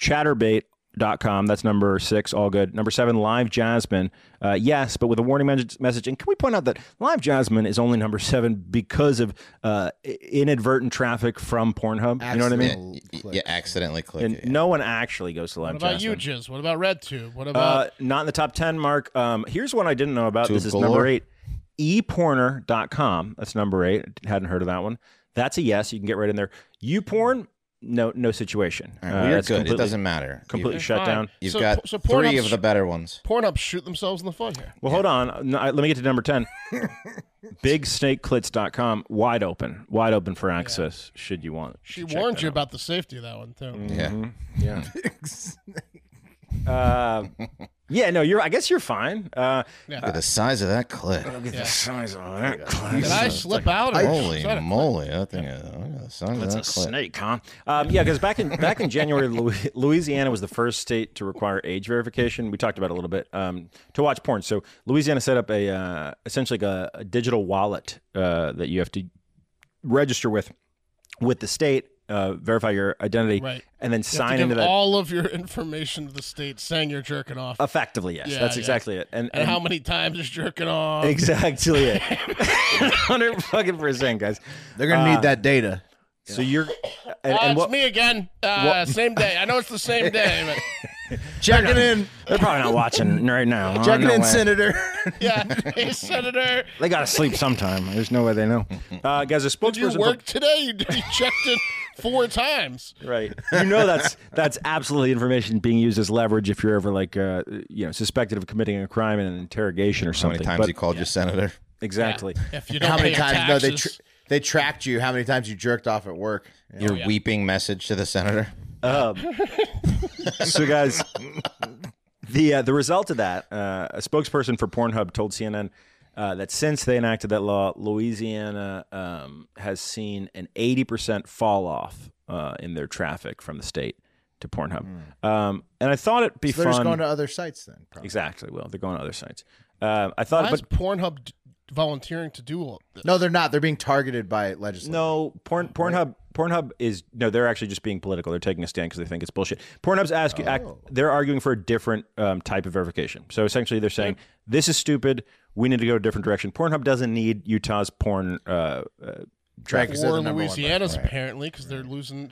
C: Chatterbait.com. That's number six, all good. Number seven, Live Jasmine. Uh, yes, but with a warning men- message. And can we point out that Live Jasmine is only number seven because of uh, i- inadvertent traffic from Pornhub? You know what I mean?
B: Accidental clicks.
E: Yeah, accidentally click
C: And
E: it.
C: no one actually goes to Live
D: What about you,
C: Jasmine.
D: Jiz? What about RedTube? What about
C: Uh, not in the top 10, Mark. Um, here's one I didn't know about.
E: To
C: this is
E: galore.
C: number eight, E eporner.com. That's number eight. Hadn't heard of that one. That's a yes. You can get right in there. Uporn, no no situation.
E: All right,
C: Uh,
E: we're
C: that's
E: good.
C: Completely,
E: it doesn't matter.
C: completely
E: You've,
C: shut
D: Fine.
C: down.
E: you've
D: So-
E: got
D: so Pornhub's-
E: three of the better ones.
D: Pornhub shoot themselves in the foot here?
C: Well, hold on. No, I- let me get to number
E: *laughs*
C: 10. BigSnakeClits.com, wide open. Wide open for access, should you want.
D: She
C: to check
D: warned
C: that
D: you
C: out. Mm,
D: about the safety of that one too.
C: Mm-hmm.
E: Yeah. *laughs*
C: Yeah. uh, yeah, no, you're. I guess you're fine. Uh,
E: Look at the size of that clip.
D: Yeah.
C: size of that
D: Did I slip out? or-
E: Holy
D: Is that a-
E: moly! That thing is. Look at the size of
C: That's a
E: that clip.
C: snake, huh? Um, yeah, because back in back in January, Lu- *laughs* Louisiana was the first state to require age verification. We talked about it a little bit um, to watch porn. So Louisiana set up a uh, essentially like a, a digital wallet uh, that you have to register with with the state, uh, verify your identity,
D: Right.
C: and then
D: You have to
C: sign
D: give
C: into that.
D: all of your *laughs* information to the state saying you're jerking off.
C: effectively, yes,
D: Yeah,
C: that's
D: yeah.
C: exactly it. And,
D: and how many times is jerking
C: *laughs*
D: off?
C: exactly
D: *laughs*
C: it, hundred fucking percent, guys.
B: They're gonna
C: Uh,
B: need that data.
C: So you're and,
D: Ah,
C: and
D: it's
C: what,
D: me again. Uh,
C: what-
D: Same day. I know it's
C: *laughs*
D: the same day,
B: Check it in.
C: they're probably not watching right now. huh?
B: Check it
C: No
B: in, *laughs*
C: way.
B: Senator.
D: but yeah. Hey, Senator,
C: They gotta sleep sometime. There's no way they know. Uh, guys, a
D: did you
C: spokesperson.
D: work today? You, you checked it four times.
C: for- right. You know that's that's absolutely information being used as leverage if you're ever like uh, you know suspected of committing a crime in an interrogation or
E: How many
C: something.
E: times
C: But-
E: you called your senator?
C: exactly.
D: If you don't
B: how
D: pay
B: many
D: your
B: times? No,
D: taxes,
B: they tra- they tracked you. How many times you jerked off at work?
C: Oh,
E: Your
D: yeah.
E: weeping message to the senator.
C: So guys, the uh, the result of that, uh, a spokesperson for Pornhub told CNN. Uh, that since they enacted that law, Louisiana um, has seen an 80% fall off uh, in their traffic from the state to Pornhub. Um, and I thought it'd
B: Hmm.
C: be
B: So they're
C: fun.
B: just going to other sites then. Probably.
C: Exactly. Well, they're going to other sites. Uh, I thought,
D: why is
C: but
D: Pornhub d- volunteering to do all this?
B: No, they're not. They're being targeted by legislators.
C: no, porn, Pornhub, Pornhub is no. They're actually just being political. They're taking a stand because they think it's bullshit. Pornhub's ask,
D: Oh.
C: act, they're arguing for a different um, type of verification. So essentially, they're saying this is stupid. We need to go a different direction. Pornhub doesn't need Utah's porn. Uh, uh,
B: Right, 'cause they're
D: or
B: the number one
D: Louisiana's apparently because they're losing.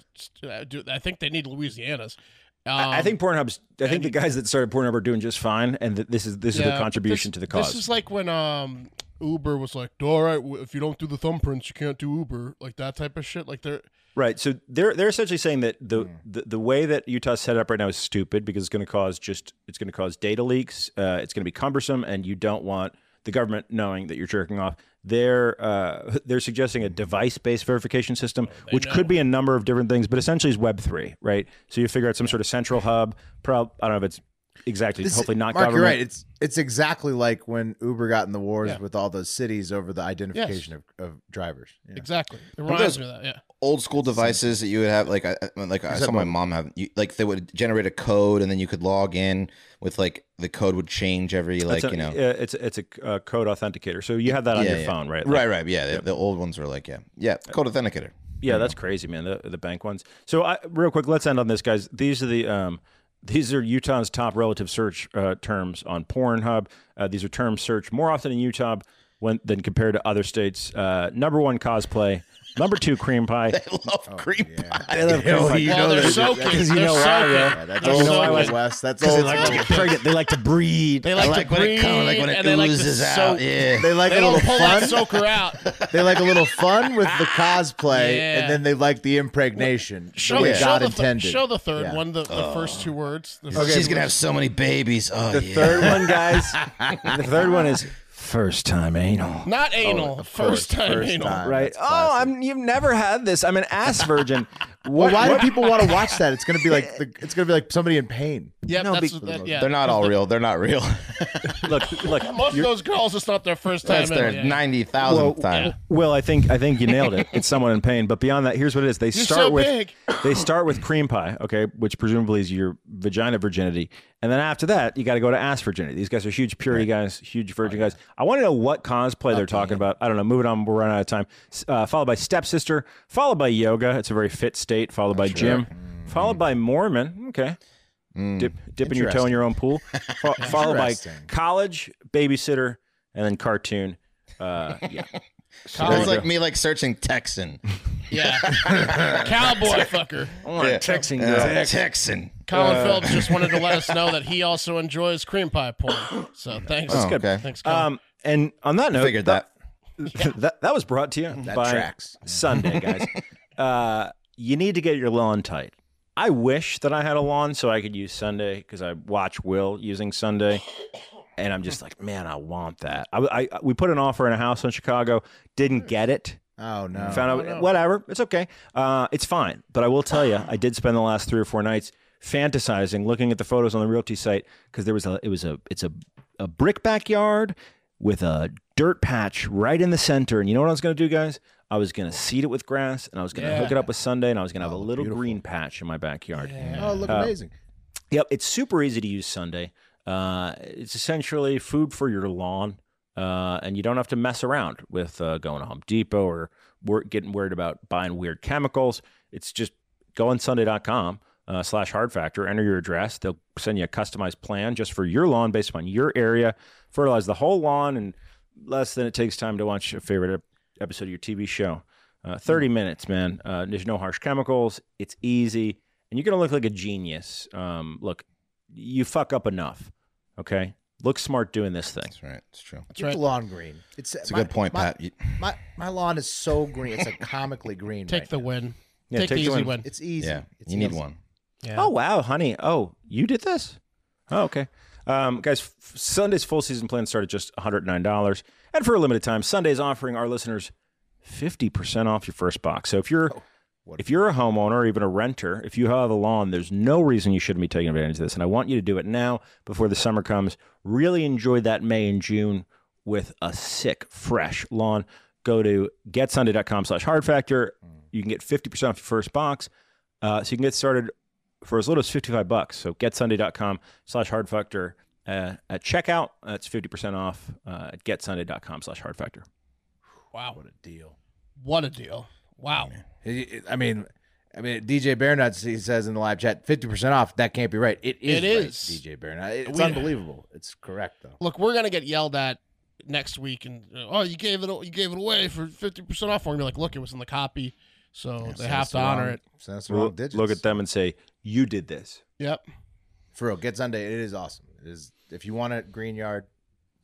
D: I do- I think they need Louisiana's. Um,
C: I think Pornhub's. I think the guys that started Pornhub are doing just fine, and th- this is this is
D: yeah,
C: their
D: but
C: contribution
D: this-
C: to the cause.
D: This is like when um, Uber was like, "All right, w- if you don't do the thumbprints, you can't do Uber," like that type of shit. Like they're
C: Right. So they're they're essentially saying that the the, the way that Utah's set up right now is stupid because it's going to cause just it's going to cause data leaks. Uh, it's going to be cumbersome, and you don't want the government knowing that you're jerking off. They're uh, *laughs* they're suggesting a device based verification system, which could be a number of different things, but essentially is Web three, right? So you figure out some sort of central hub. Prob- I don't know if it's exactly.
B: This-
C: Hopefully not
B: Mark,
C: government.
B: You're right. It's it's exactly like when Uber got in the wars
D: Yeah.
B: with all those cities over the identification of, of drivers. Yeah.
D: Exactly. It
E: Remember
D: reminds
E: those
D: me of that. Yeah.
E: Old school devices that you would have, like I, I- like I
B: Is
E: saw
B: that
E: my
B: what-
E: mom have, you, like they would generate a code, and then you could log in with like the code would change every like
C: That's a-
E: you know,
C: yeah, it's it's a uh, code authenticator. So you have that on
E: Yeah,
C: your
E: yeah.
C: phone, right?
E: right,
C: Like-
E: right, yeah. the- The old ones were like, yeah, yeah, code authenticator. *laughs*
C: Yeah, that's
B: Mm-hmm.
C: crazy, man. The the bank ones. So I, real quick, let's end on this, guys. These are the um, these are Utah's top relative search uh, terms on Pornhub. Uh, these are terms searched more often in Utah when than compared to other states. Uh, number one, cosplay. Number two,
B: *laughs*
C: cream pie.
E: They love cream pie.
C: Oh, They
E: *laughs*
C: love cream pie.
B: oh,
D: you Well, know they're that- soaking.
C: Because you
D: They're
C: know why,
D: soaking.
C: yeah.
D: Yeah,
B: that's
C: You
B: old
C: know why,
B: school,
C: Wes?
B: West. That's
C: 'Cause
B: old
C: they like
B: school.
C: to get pregnant. They like to breathe.
D: They like,
E: I like
D: to
E: when
D: breathe
E: it comes, like when it
D: and they like to
E: oozes out.
D: soak.
E: Yeah.
B: They like
D: They
B: a little
D: don't pull
B: fun.
D: that soaker out.
B: They like a little fun with the cosplay,
D: *laughs* Yeah.
B: and then they like the impregnation.
D: Show,
B: the way
D: show
B: God
D: the th-
B: intended.
D: show the third
B: Yeah.
D: one, the,
E: Oh.
D: the first two words. The
E: She's
D: first
E: gonna have so many babies. Oh
C: The
E: yeah.
C: third one, guys.
B: *laughs*
C: the third one is first time anal.
D: Not anal. first time
B: first
D: anal.
B: time.
C: Right?
B: Ah, That's
C: Oh, I'm. You've never had this. I'm an ass virgin.
B: *laughs* Well,
C: What-
B: why
C: what-
B: do people want to watch that? It's gonna be *laughs* like the, it's gonna be like somebody in pain.
D: Yep,
C: No,
D: that's,
C: be-
D: that, yeah.
E: *laughs* They're not all real. They're
D: *laughs*
E: not real.
C: Look, look.
D: Most of those girls, it's not their first time.
E: That's their
D: anal, yeah.
E: ninety thousandth
C: Well,
E: time.
C: Well, I think I think you nailed it. It's someone in pain. But beyond that, here's what it is. They start
D: so
C: with
D: big.
C: they start with cream pie, okay, which presumably is your vagina virginity, and then after that, you got to go to ass virginity. These guys are huge purity guys, huge virgin guys. I want to know what cosplay they're talking about. I don't know. Moving on, we're running out of time. S- Uh, followed by stepsister, followed by yoga. It's a very fit state. Followed by gym, followed by Mormon. Okay. Dip, dipping your toe in your own pool, fo- followed by
B: Interesting.
C: college, babysitter, and then cartoon. Uh, yeah.
E: That's like me like
C: *laughs*
E: searching Texan.
D: Yeah.
E: *laughs*
D: Cowboy fucker.
E: Yeah.
C: Texting
E: Uh,
C: girl.
E: Texan.
D: Colin Phillips just wanted to let us know that he also enjoys cream pie porn. So thanks.
E: Oh, okay.
D: Thanks, Colin.
C: Um, and on that note,
E: Figured that.
C: *laughs* that that was brought to you by
B: tracks.
C: Sunday, guys. uh, you need to get your lawn tight. I wish that I had a lawn so I could use Sunday because I watch Will using Sunday, and I'm just like, man, I want that. I, I- I- we put an offer in a house in Chicago, didn't get it.
B: Oh no!
C: Found out whatever. It's okay. Uh, it's fine. But I will tell you, I did spend the last three or four nights fantasizing, looking at the photos on the realty site because there was a it was a it's a a brick backyard with a dirt patch right in the center. And you know what I was gonna do, guys? I was gonna seed it with grass and I was gonna hook it up with Sunday and I was gonna have a little green patch in my backyard.
B: Oh, look amazing!
C: Yep, it's super easy to use Sunday. Uh, it's essentially food for your lawn, uh, and you don't have to mess around with uh, going to Home Depot or wor- getting worried about buying weird chemicals. It's just go on Sunday.com uh, slash hard factor, enter your address. They'll send you a customized plan just for your lawn based upon your area. Fertilize the whole lawn in less than it takes time to watch a favorite ep- episode of your TV show. Uh, 30 minutes, man. Uh, there's no harsh chemicals. It's easy. And you're going to look like a genius. Um, look, you fuck up enough. Okay. Look smart doing this thing.
E: That's right. It's true.
B: Get the lawn green. It's,
E: It's a good point,
B: my,
E: Pat. You-
B: My my lawn is so green. It's like comically green.
D: take
B: right
D: the
B: now.
D: win.
C: Yeah, take
D: take, the
C: the
D: easy
C: win.
D: win.
B: It's easy.
E: Yeah,
B: It's
E: you need
B: easy.
E: one.
D: Yeah.
C: Oh, wow, honey. Oh, you did this? Oh, okay. Um, guys, f- Sunday's full season plan started just $109. And for a limited time, Sunday's offering our listeners 50% off your first box. So if you're if you're a homeowner or even a renter, if you have a lawn, there's no reason you shouldn't be taking advantage of this. And I want you to do it now before the summer comes. Really enjoy that May and June with a sick, fresh lawn. Go to getsunday.com slash hard factor. You can get 50% off your first box. Uh, so you can get started for as little as 55 bucks. So getsunday.com slash hard factor. Uh, at checkout, that's 50% off uh, at getsunday.com slash hard factor.
D: Wow.
B: What a deal!
D: What a deal. Wow.
B: I mean, I mean, DJ Barenuts, he says in the live chat, fifty percent off. That can't be right. It is.
D: It
B: right,
D: is.
B: DJ Barenuts. It's
D: We-
B: unbelievable. It's correct though.
D: Look, we're gonna get yelled at next week, and uh, oh, you gave it, you gave it away for fifty percent off. We're gonna be like, look, it was in the copy, so they have to honor it.
B: So that's the wrong digits.
C: Look at them and say, you did this.
D: Yep.
B: For real, get Sunday. It is awesome. It is if you want a green yard,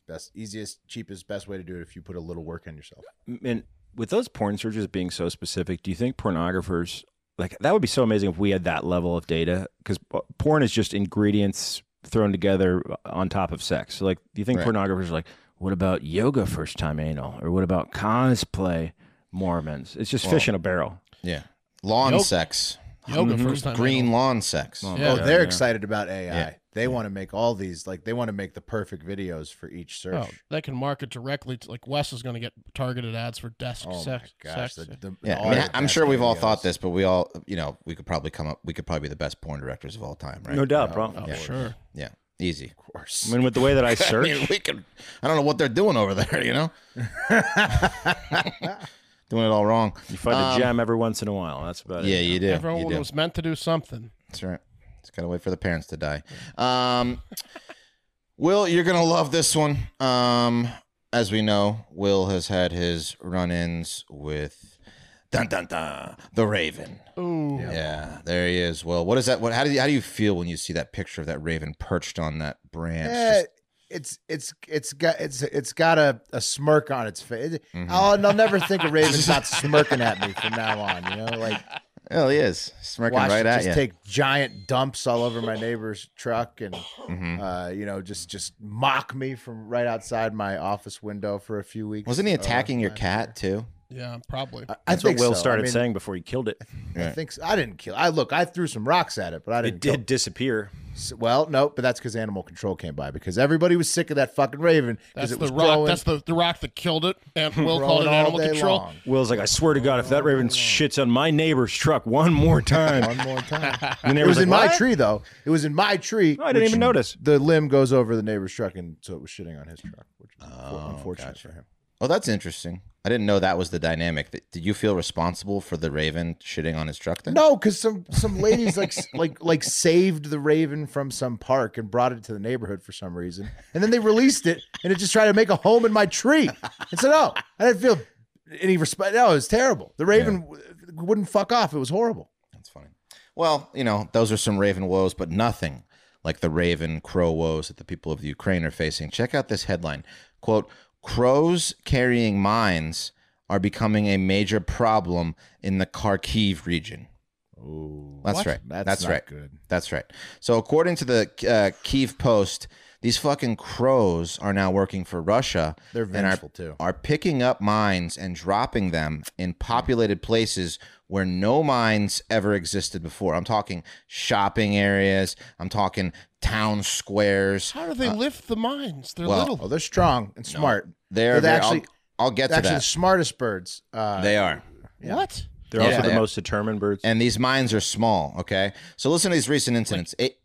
B: best, easiest, cheapest, best way to do it. If you put a little work in yourself,
C: and with those porn searches being so specific, do you think pornographers like that would be so amazing if we had that level of data? Because porn is just ingredients thrown together uh, on top of sex. So, like, do you think
E: Right.
C: pornographers are like, what about yoga first time anal, or what about cosplay Mormons? It's just fish in a barrel.
E: Yeah. Lawn
D: Nope.
E: sex. Mm-hmm.
D: Yoga first time.
E: Green lawn sex.
D: Yeah.
B: oh, they're excited about AI.
E: Yeah.
B: They want to make all these like they want to make the perfect videos for each search.
D: Oh, they can market directly to like Wes is going to get targeted ads for desk
B: Oh my
D: sex.
B: gosh,
D: sex-
B: the- the-
E: Yeah, I
B: all
E: mean,
B: the
E: I'm
B: best
E: sure we've all
B: videos.
E: thought this, but we all, you know, we could probably come up. We could probably be the best porn directors of all time, right?
C: No doubt,
E: You
C: bro.
E: know?
C: Of
E: Yeah.
C: course. Sure.
E: Yeah, easy. Of
B: course.
C: I mean, with
B: *laughs*
C: the
E: *laughs*
C: way that I
E: mean,
C: search-
E: we could. I don't know what they're doing over there. You know, doing it all wrong.
C: You find a
E: Um,
C: gem every once in a while. That's about
E: Yeah,
C: it.
E: you do.
D: Everyone
E: you do.
D: was meant to do something.
E: That's right. Just gotta wait for the parents to die. Um, Will, you're gonna love this one. Um, as we know, Will has had his run-ins with dun dun dun the Raven.
D: Ooh.
E: Yeah, there he is. Well, what is that? What? How do you how do you feel when you see that picture of that raven perched on that branch?
B: Eh, it's it's it's got it's it's got a, a smirk on its face.
E: Mhm.
B: I'll, and I'll never
E: *laughs*
B: think a raven's not smirking at me from now on. You know, like
E: Hell, oh, he is smirking
B: watch
E: right
B: it
E: at
B: just
E: you.
B: take giant dumps all over my neighbor's truck and
C: Mm-hmm.
B: uh, you know just just mock me from right outside my office window for a few weeks.
E: Wasn't he
B: Uh,
E: attacking your cat too?
D: Yeah, probably.
B: I, I
C: That's
B: think
C: what Will
B: so. I
C: started
B: mean,
C: saying before he killed it.
B: I think so. I didn't kill. I look. I threw some rocks at it, but I didn't.
C: It
B: kill
C: did disappear.
B: So- well, no, but that's because animal control came by because everybody was sick of that fucking raven because
D: That's
B: it was
D: the rock.
B: growing.
D: That's the, the rock that killed it.
E: *laughs*
D: And Will called
B: Growing
D: it
B: all
D: animal
B: day
D: control.
B: long.
C: Will's like, I swear to God, if that raven shits on my neighbor's truck one more time,
B: Oh. *laughs* one more time.
C: And they
B: it was
C: was like,
B: in my
C: "What?"
B: tree though. It was in my tree.
C: I didn't
B: which
C: even notice.
B: The limb goes over the neighbor's truck, and so it was shitting on his truck, which is unfortunate for him.
E: Oh, that's interesting. I didn't know that was the dynamic. Th- Did you feel responsible for the raven shitting on his truck then?
B: No, because some some ladies like s- like like saved the raven from some park and brought it to the neighborhood for some reason, and then they released it, and it just tried to make a home in my tree. And so no, I didn't feel any respect. No, it was terrible. The raven w- wouldn't fuck off. It was horrible.
E: Well, you know, those are some Raven woes, but nothing like the Raven Crow woes that the people of the Ukraine are facing. Check out this headline quote, Crows carrying mines are becoming a major problem in the Kharkiv region.
B: Oh,
E: that's
B: What?
E: right.
B: That's
E: That's,
B: not
E: right.
B: good.
E: That's right. So, according to the uh, Kiev Post, these fucking crows are now working for Russia.
B: They're
E: and are-
B: vengeful, too.
E: Are picking up mines and dropping them in populated places where no mines ever existed before. I'm talking shopping areas. I'm talking town squares.
D: How do they lift the mines? They're
E: Uh, Well,
D: little.
B: Oh, they're strong and smart.
E: They're,
B: They're
E: they're-
B: actually-
E: I'll, I'll get to
B: Actually, the
E: that.
B: smartest birds. Uh,
E: they are.
D: What?
C: They're
E: Yeah,
C: also
E: they
C: the
E: are.
C: most determined birds.
E: And these mines are small. Okay. So listen to these recent incidents. Eight-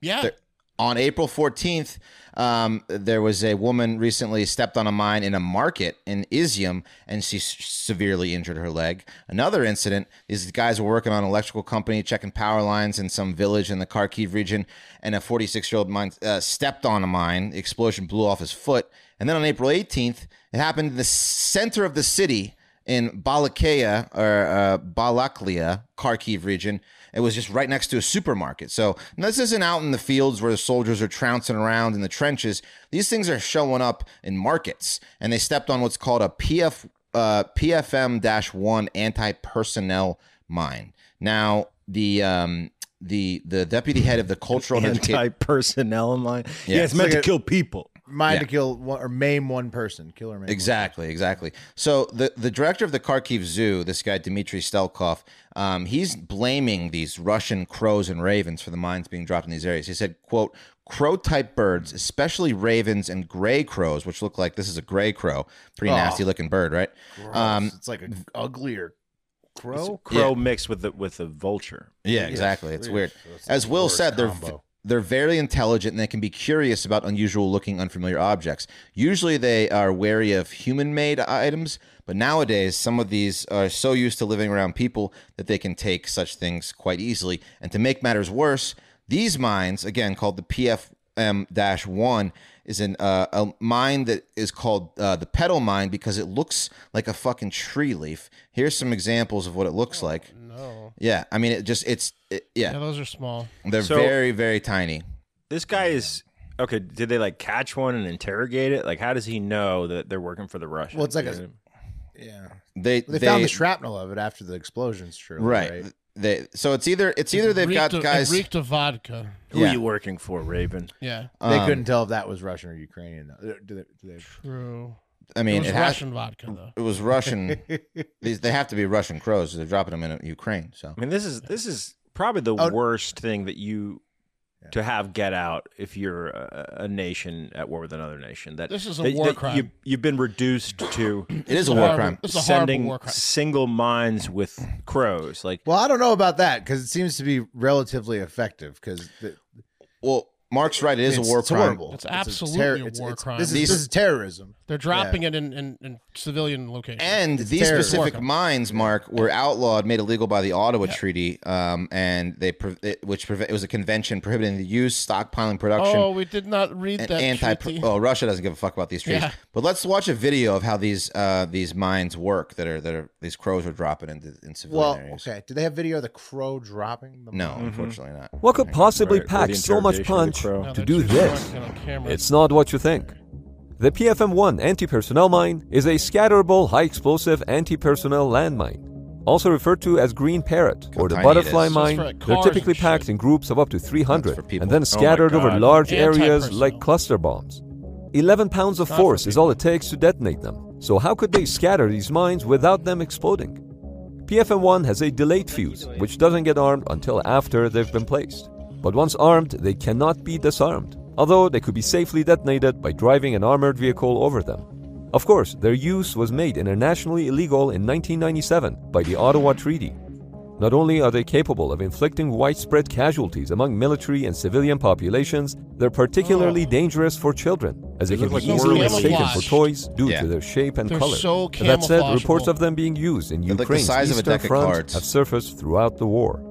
D: Yeah.
E: There- on April 14th, um, there was a woman recently stepped on a mine in a market in Izium and she s- severely injured her leg. Another incident is these guys were working on an electrical company, checking power lines in some village in the Kharkiv region, and a 46 year old mine, uh, stepped on a mine. The explosion blew off his foot. And then on April 18th, it happened in the center of the city in Balakaya or uh, Balaklia, Kharkiv region. It was just right next to a supermarket. So this isn't out in the fields where the soldiers are trouncing around in the trenches. These things are showing up in markets, and they stepped on what's called a PF uh, PFM-1 anti-personnel mine. Now the um, the the deputy head of the cultural and educa-
C: Anti-personnel mine. Yeah,
E: Yeah.
C: it's meant
B: It's like
C: to
B: a-
C: kill people.
B: Mine
E: Yeah.
B: to kill one, or maim one person. Kill or maim.
E: Exactly, exactly. So the the director of the Kharkiv Zoo, this guy Dmitry Stelkov, um, he's blaming these Russian crows and ravens for the mines being dropped in these areas. He said, "quote Crow type birds, especially ravens and gray crows, which look like this is a gray crow, pretty
B: Oh.
E: nasty looking bird, right?
B: One.
E: Um,
B: it's like an uglier crow.
C: Crow mixed with the with a vulture.
E: Yeah, exactly. It's weird.
B: That's
E: As
B: the
E: Will
B: worst
E: said, they're
B: combo.
E: they're very intelligent and they can be curious about unusual looking, unfamiliar objects. Usually, they are wary of human made items, but nowadays, some of these are so used to living around people that they can take such things quite easily. And to make matters worse, these mines, again called the PFM-1, is an, uh, a mine that is called uh, the petal mine because it looks like a fucking tree leaf. Here's some examples of what it
B: Oh,
E: looks like.
D: No.
E: Yeah, I mean, it just it's it, yeah.
D: Yeah. those are small.
E: They're
C: So-
E: very very tiny.
C: This guy is okay. Did they like catch one and interrogate it? Like, how does he know that they're working for the Russians?
B: Well, it's like
C: You
B: a-
C: know what I mean?
B: Yeah.
E: They
B: They, found the shrapnel of it after the explosions. Surely,
E: right.
B: right?
E: They so it's either it's either they've got
D: Reeked of- it
E: guys
D: reeked of vodka.
C: who
E: Yeah.
C: are you working for, Raven?
D: Yeah.
B: They
E: um,
B: couldn't tell if that was Russian or Ukrainian. Though. Do they, do they-
D: True.
E: I mean,
D: it was
E: it has-
D: *laughs* Russian vodka though.
E: It was
B: *laughs*
E: Russian. These they have to be Russian crows. They're dropping them in Ukraine. So
C: I mean, this is this is probably the
B: Oh.
C: worst thing that you to have get out if you're a, a nation at war with another nation. That
D: This is a
C: that-
D: war
C: that
D: crime.
C: You, you've been reduced to. uh,
E: It is a war Horrible- crime.
B: it's a horrible
C: Sending
B: war crime.
C: single minds with crows, like
B: Well, I don't know about that because it seems to be relatively effective. Because
E: well, Mark's right; it is a war crime.
D: It's absolutely a war crime.
B: This is, this is terrorism.
D: They're dropping it in, in, in civilian locations.
E: And these specific mines, Mark, were outlawed, made illegal by the Ottawa Treaty, um, and they pre- it, which preve- it was a convention prohibiting the use, stockpiling, production,
D: Oh, we did not read
E: and
D: that.
E: anti.
D: treaty.
E: Oh, Russia doesn't give a fuck about these trees.
D: Yeah.
E: But let's watch a video of how these uh, these mines work. That are that are these crows are dropping into in civilian
B: Well,
E: areas.
B: okay. Do they have video of the crow dropping? The
E: No,
D: Mm-hmm.
E: Mm-hmm.
B: bomb?
E: unfortunately not.
K: What could possibly
E: Right, with
K: pack
E: the
K: so much
E: interrogation of the
K: punch
E: crow. No,
K: to
E: they're
K: do
E: too
K: this?
D: distracted on camera.
K: It's not what you think. The PFM 1 anti personnel mine is a scatterable, high explosive anti personnel landmine, also referred to as green parrot or the
E: tiny it
K: butterfly
E: is.
K: mine.
E: That's for
K: They're
E: cars
K: typically
E: and
K: packed in groups of up to 300 and then scattered over
E: Oh God.
K: large areas like
E: Anti-personnel.
K: cluster bombs. 11 pounds of
E: Not for
K: force is all it takes to detonate them, so how could they scatter these mines without them exploding? PFM 1 has a delayed fuse, which doesn't get armed until after they've been placed. But once armed, they cannot be disarmed, although they could be safely detonated by driving an armored vehicle over them. Of course, their use was made internationally illegal in 1997 by the Ottawa Treaty. Not only are they capable of inflicting widespread casualties among military and civilian populations, they're particularly
E: Oh.
K: dangerous for children, as they,
C: They
K: can
C: look
K: be
C: like
K: easily
C: Oreo
K: mistaken for
C: blocks.
K: toys due
C: Yeah.
K: to their shape and
C: They're
K: color.
C: so
K: that said, reports
C: camouflageable.
K: of them being used in
E: They're like the
K: Ukraine's
E: size of a
K: Eastern
E: deck of
K: Front
E: cards.
K: have surfaced throughout the war.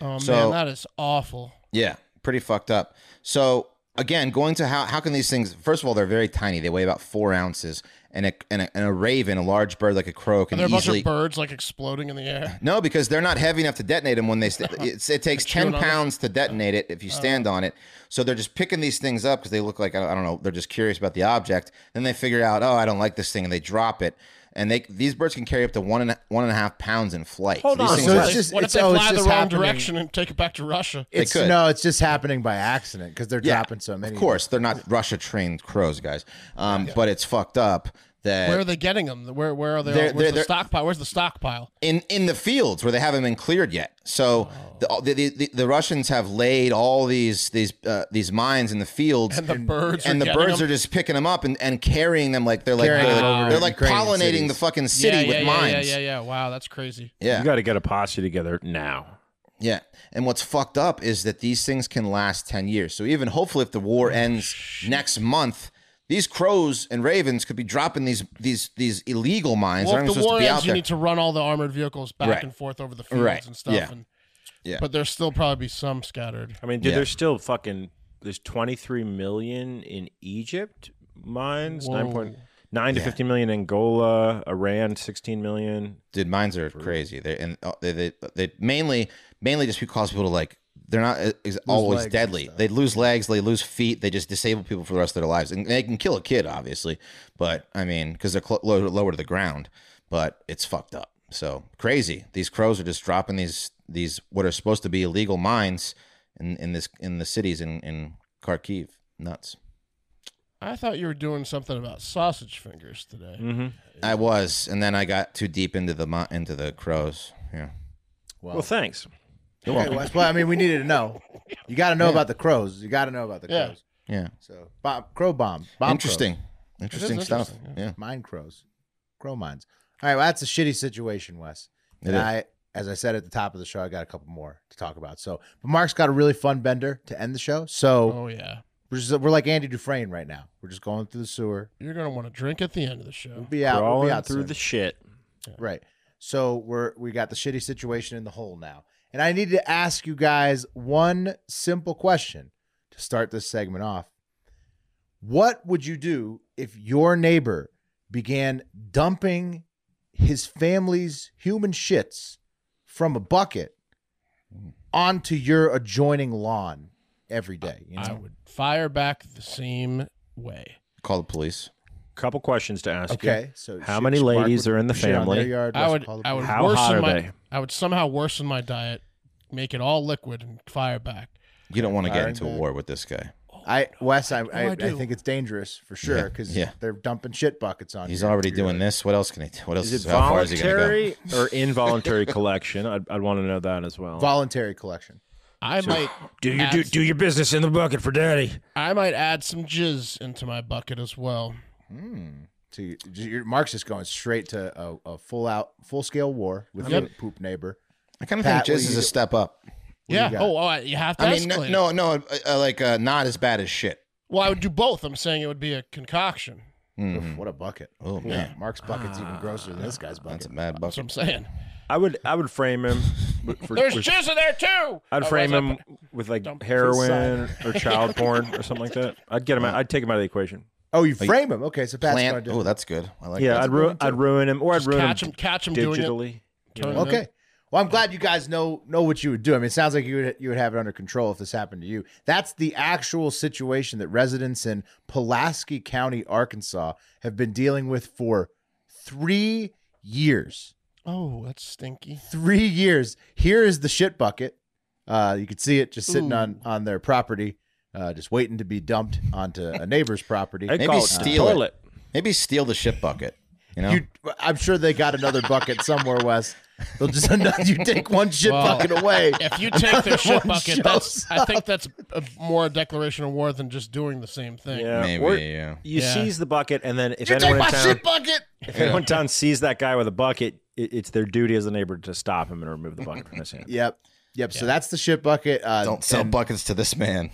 D: Oh
E: So-
D: man, that is awful.
E: Yeah, pretty fucked up. So again, going to how how can these things? First of all, they're very tiny. They weigh about four ounces, and a and a, and a raven, a large bird like a crow,
D: Are
E: can
D: there a bunch
E: easily
D: of birds like exploding in the air?
E: No, because they're not heavy enough to detonate them when
D: *laughs*
E: they. St- it's, it takes
D: Chewing on
E: ten
D: Oh. it?
E: pounds to detonate it if you stand on it. So they're just picking these things up because they look like I don't- I don't know. They're just curious about the object. Then they figure out, oh, I don't like this thing, and they drop it. And they these birds can carry up to one and a- one and a half pounds in flight.
D: Hold
E: these
D: on.
E: *laughs* things
D: So
E: are-
D: it's just- What if they
B: oh,
D: fly the
B: just
D: wrong
B: happening.
D: direction and take it back to Russia?
B: It's
E: could.
B: no, it's just happening by accident because they're
E: Yeah,
B: dropping so many.
E: Of course, they're not Russia trained crows, guys. Um, But it's fucked up that
D: Where are they getting them? Where where are they?
E: Uh, They're-
D: Where's
E: they're-
D: the
E: they're-
D: stockpile? Where's the stockpile?
E: in in the fields where they haven't been cleared yet. So the, the, the the Russians have laid all these these uh, these mines in the fields,
D: And the birds
E: and
D: are
E: the
D: getting
E: birds
D: them?
E: are just picking them up and, and carrying them like they're like
B: Carrying
E: they're,
B: them
E: like,
B: over
E: they're
B: to
E: like
B: Ukrainian
E: pollinating
B: cities.
E: the fucking city
D: yeah,
E: with
D: yeah,
E: mines.
D: Yeah, yeah, yeah, yeah. Wow, that's crazy.
E: Yeah.
C: you got to get a posse together now.
E: Yeah. And what's fucked up is that these things can last 10 years. So even hopefully if the war ends next month, these crows and ravens could be dropping these these these illegal mines.
D: Well,
E: They're not
D: if the
E: supposed
D: war
E: to be out
D: ends, you
E: there.
D: need to run all the armored vehicles back
E: Right.
D: and forth over the fields
E: Right.
D: and stuff.
E: Yeah.
D: And,
E: Yeah.
D: But there's still probably be some scattered.
C: I mean, dude,
E: Yeah.
C: there's still fucking there's 23 million in Egypt mines,
D: Whoa.
C: nine point nine to
E: Yeah.
C: 15 million in Angola, Iran 16 million.
E: Dude, mines are crazy. They and uh, they, they they mainly mainly just cause people to like they're not uh, ex-
B: legs
E: always
B: and
E: deadly. They lose legs, they lose feet, they just disable people for the rest of their lives, and they can kill a kid obviously. But I mean, because they're cl- low, lower to the ground, but it's fucked up. So crazy. These crows are just dropping these these what are supposed to be illegal mines in in this in the cities in in Kharkiv. Nuts.
D: I thought you were doing something about sausage fingers today.
E: Mm-hmm. I was, and then I got too deep into the mi- into the crows. Yeah.
C: Well, thanks.
E: You're
B: Okay,
E: welcome.
B: well, that's why- I mean, we needed to know. You got to know about the crows. You got to know about the
D: Yeah.
B: crows.
E: Yeah.
B: So, bomb, crow bomb. bomb
E: interesting.
B: crows.
E: Interesting
D: is
E: stuff.
D: interesting,
E: yeah.
B: Mine crows. Crow mines. All right. Well, that's a shitty situation, Wes.
E: It
B: And
E: is.
B: I, as I said at the top of the show, I got a couple more to talk about. So, but Mark's got a really fun bender to end the show. So
D: Oh yeah,
B: we're, just, we're like Andy Dufresne right now. We're just going through the sewer.
D: you're gonna want to drink at the end of the show.
B: We'll be out. We'll
C: Crawling
B: be out
C: through
B: soon.
C: the shit.
B: Right. So we're we got the shitty situation in the hole now. And I need to ask you guys one simple question to start this segment off. What would you do if your neighbor began dumping his family's human shits from a bucket onto your adjoining lawn every day? You know?
D: I would fire back the same way.
E: Call the police.
C: Couple questions to ask you.
B: okay. So
C: how
B: shit-
C: many
B: Mark
C: ladies
B: would
C: are in the
B: shit on their
C: family?
B: yard,
D: I
B: Russ
D: would.
B: call the
D: I would
C: How
D: worsen
C: hot are
D: my.
C: they?
D: I would somehow worsen my diet, make it all liquid, and fire back.
E: You don't want to get
B: Firing
E: into a
B: back.
E: war with this guy.
B: I Wes, I I,
D: I
B: I,
D: do.
B: think it's dangerous for sure because
E: yeah.
B: they're dumping shit buckets on.
E: He's
B: your-
E: already
B: your-
E: doing this. What else can he? do? What else?
C: Is it
E: how far is he gonna go?
C: *laughs* voluntary or involuntary collection? I'd, I'd want to know that as well.
B: voluntary collection.
D: I
C: So,
D: might
C: do your
D: add
C: do,
D: some-
C: do your business in the bucket for daddy.
D: I might add some jizz into my bucket as well.
B: So you, your Mark's just going straight to a, a full out, full scale war with
D: Yep.
B: your poop neighbor.
E: I kind of think jizz is a step up.
D: yeah. Oh, all right. You have to.
E: I mean,
D: escalate.
E: no, no, no uh, uh, like uh, not as bad as shit.
D: Well, I would do both. I'm saying it would be a concoction.
E: Mm.
B: what a bucket!
E: Oh
B: Yeah,
E: man,
B: Mark's bucket's even grosser than this guy's bucket.
E: that's a mad bucket.
D: That's what I'm saying.
C: I would I would frame him. with- For,
D: There's
C: with-
D: jizz in there too.
C: I'd frame
D: Otherwise,
C: him with like
D: Dump
C: heroin or
D: *laughs*
C: child porn or something like that. I'd get him. Out, I'd take him out of the equation.
B: Oh, you
E: Like,
B: frame him. Okay, so Pat's going
E: Plant.
B: to
E: Oh, that's good. I like.
C: yeah,
E: that.
C: I'd ruin I'd ruin him or I'd
D: Just
C: ruin
D: catch him, catch him doing it.
C: digitally. you
D: Turn
C: know?
D: him in.
B: Okay. Well, I'm glad you guys know know what you would do. I mean, it sounds like you would you would have it under control if this happened to you. That's the actual situation that residents in Pulaski County, Arkansas, have been dealing with for three years.
D: Oh, that's stinky.
B: Three years. Here is the shit bucket. Uh, you can see it just sitting
D: Ooh.
B: on on their property, uh, just waiting to be dumped onto a neighbor's property.
C: I'd
E: Maybe
C: call it
E: steal it.
C: toilet.
E: Maybe steal the shit bucket. You know,
B: You, I'm sure they got another bucket somewhere, Wes. They'll just *laughs* you take one shit
D: Well,
B: bucket away.
D: If you take
B: Another
D: the shit
B: one
D: bucket,
B: shows
D: that's I think that's a, more a declaration of war than just doing the same thing.
C: Yeah,
E: maybe.
C: or
E: yeah.
C: You
D: Yeah.
C: seize the bucket, and then if
B: You take
C: anyone
B: my
C: in town,
B: shit bucket.
C: if anyone in town sees that guy with a bucket, it, it's their duty as a neighbor to stop him and remove the bucket from his hand.
B: Yep. Yep. So that's the shit bucket. Uh,
E: Don't sell
B: and
E: buckets to this man.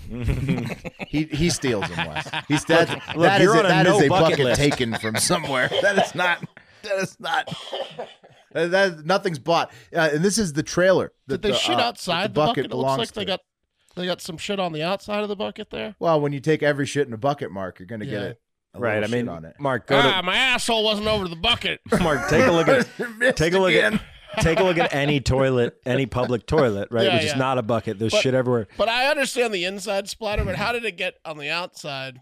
B: He he steals them. *laughs* Wes. He's that. that
C: look,
B: is
C: you're
B: a,
C: on a
B: that is
C: no
B: a
C: bucket
B: bucket
C: list.
B: taken from somewhere. *laughs* that is not. That is not. That, that- nothing's bought. Uh, and this is the trailer. that
D: Did they
B: the,
D: shit
B: uh,
D: outside the,
B: that
D: bucket? It looks
B: belongs
D: like they
B: to.
D: got they got some shit on the outside of the bucket there.
B: Well, when you take every shit in a bucket, Mark, you're gonna get
D: Yeah.
B: it.
C: Right. I mean,
B: on it.
C: Mark, go
D: Ah, my asshole wasn't over the bucket.
C: to *laughs* Mark. Take a look at take a look at take a look at any toilet, any public toilet, right?
D: Yeah,
C: Which is
D: yeah.
C: not a bucket. There's
D: But-
C: shit everywhere.
D: But I understand the inside splatter. But how did it get on the outside?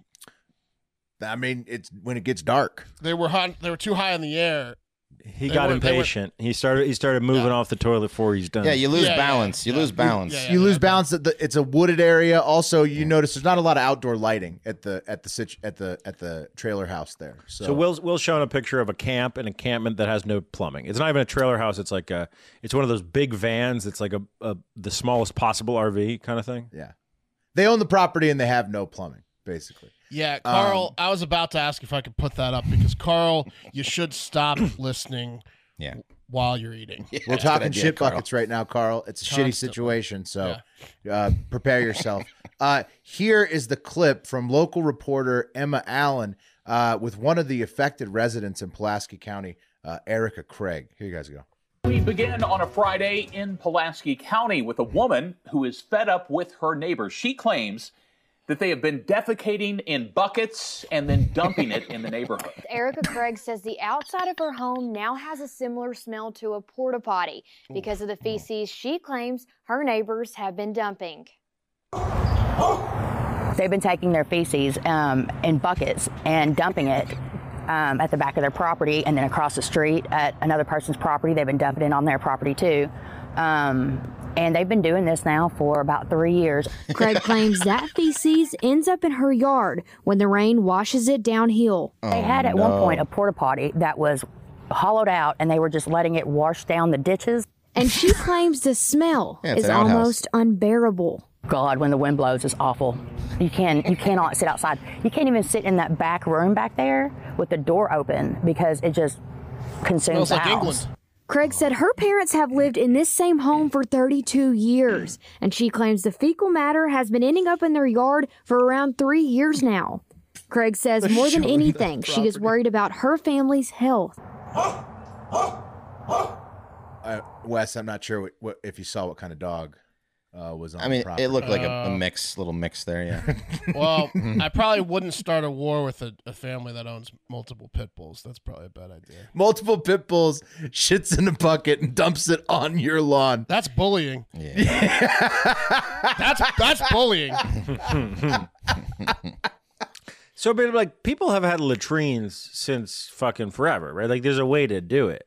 B: I mean, it's when it gets dark.
D: They were hot, they were too high in the air.
C: He
D: They
C: got
D: were- they were-
C: impatient. he started. He started moving
D: Yeah.
C: off the toilet before he's done.
E: Yeah, you lose
D: Yeah, yeah,
E: balance. you
D: yeah.
E: lose balance.
D: Yeah, yeah.
B: you lose balance. At the, it's a wooded area. Also, you notice there's not a lot of outdoor lighting at the at the situ- at the at the trailer house there. So,
C: So Will's Will's shown a picture of a camp, an encampment that has no plumbing. It's not even a trailer house. It's like a, it's one of those big vans. It's like a, a the smallest possible RV kind of thing.
B: yeah, they own the property and they have no plumbing, basically.
D: Yeah,
B: Um,
D: Carl. I was about to ask if I could put that up because Carl, you should
B: *coughs*
D: stop listening.
E: Yeah.
D: While you're eating.
B: We're
E: That's a good
B: talking
E: idea,
B: shit
E: Carl.
B: buckets right now, Carl. It's a
D: Constantly.
B: shitty situation, so uh, prepare
E: *laughs*
B: yourself. uh, here is the clip from local reporter Emma Allen uh, with one of the affected residents in Pulaski County, uh, Erica Craig. Here you guys go.
L: We begin on a Friday in Pulaski County with a woman who is fed up with her neighbors. She claims that they have been defecating in buckets and then dumping it in the neighborhood.
M: *laughs* Erica Craig says the outside of her home now has a similar smell to a porta potty because of the feces she claims her neighbors have been dumping.
N: They've been taking their feces um, in buckets and dumping it um, at the back of their property and then across the street at another person's property. They've been dumping it on their property too. Um, and they've been doing this now for about three years.
O: Craig claims that feces ends up in her yard when the rain washes it downhill.
E: Oh,
N: they had at one point a porta potty that was hollowed out and they were just letting it wash down the ditches.
O: And she claims the smell
N: Yeah, it's
O: is
N: an outhouse.
O: almost unbearable.
N: God, when the wind blows, it's awful. You can you cannot sit outside. You can't even sit in that back room back there with the door open because it just consumes
D: Smells
N: the
D: like
N: house.
D: England.
O: Craig said her parents have lived in this same home for 32 years, and she claims the fecal matter has been ending up in their yard for around three years now. Craig says more than anything, she is worried about her family's health.
B: Uh, Wes, I'm not sure what, what if you saw what kind of dog uh, was on.
E: I mean,
B: the property.
E: it looked like a, a
D: Uh,
E: mix, little mix there. *laughs* Yeah.
B: *laughs*
D: Well, I probably wouldn't start a war with a, a family that owns multiple pit bulls. That's probably a bad idea.
B: multiple pit bulls shits in a bucket and dumps it on your lawn.
D: That's bullying.
E: yeah.
D: *laughs* That's that's bullying.
C: So, but like people have had latrines since fucking forever, right? Like there's a way to do it.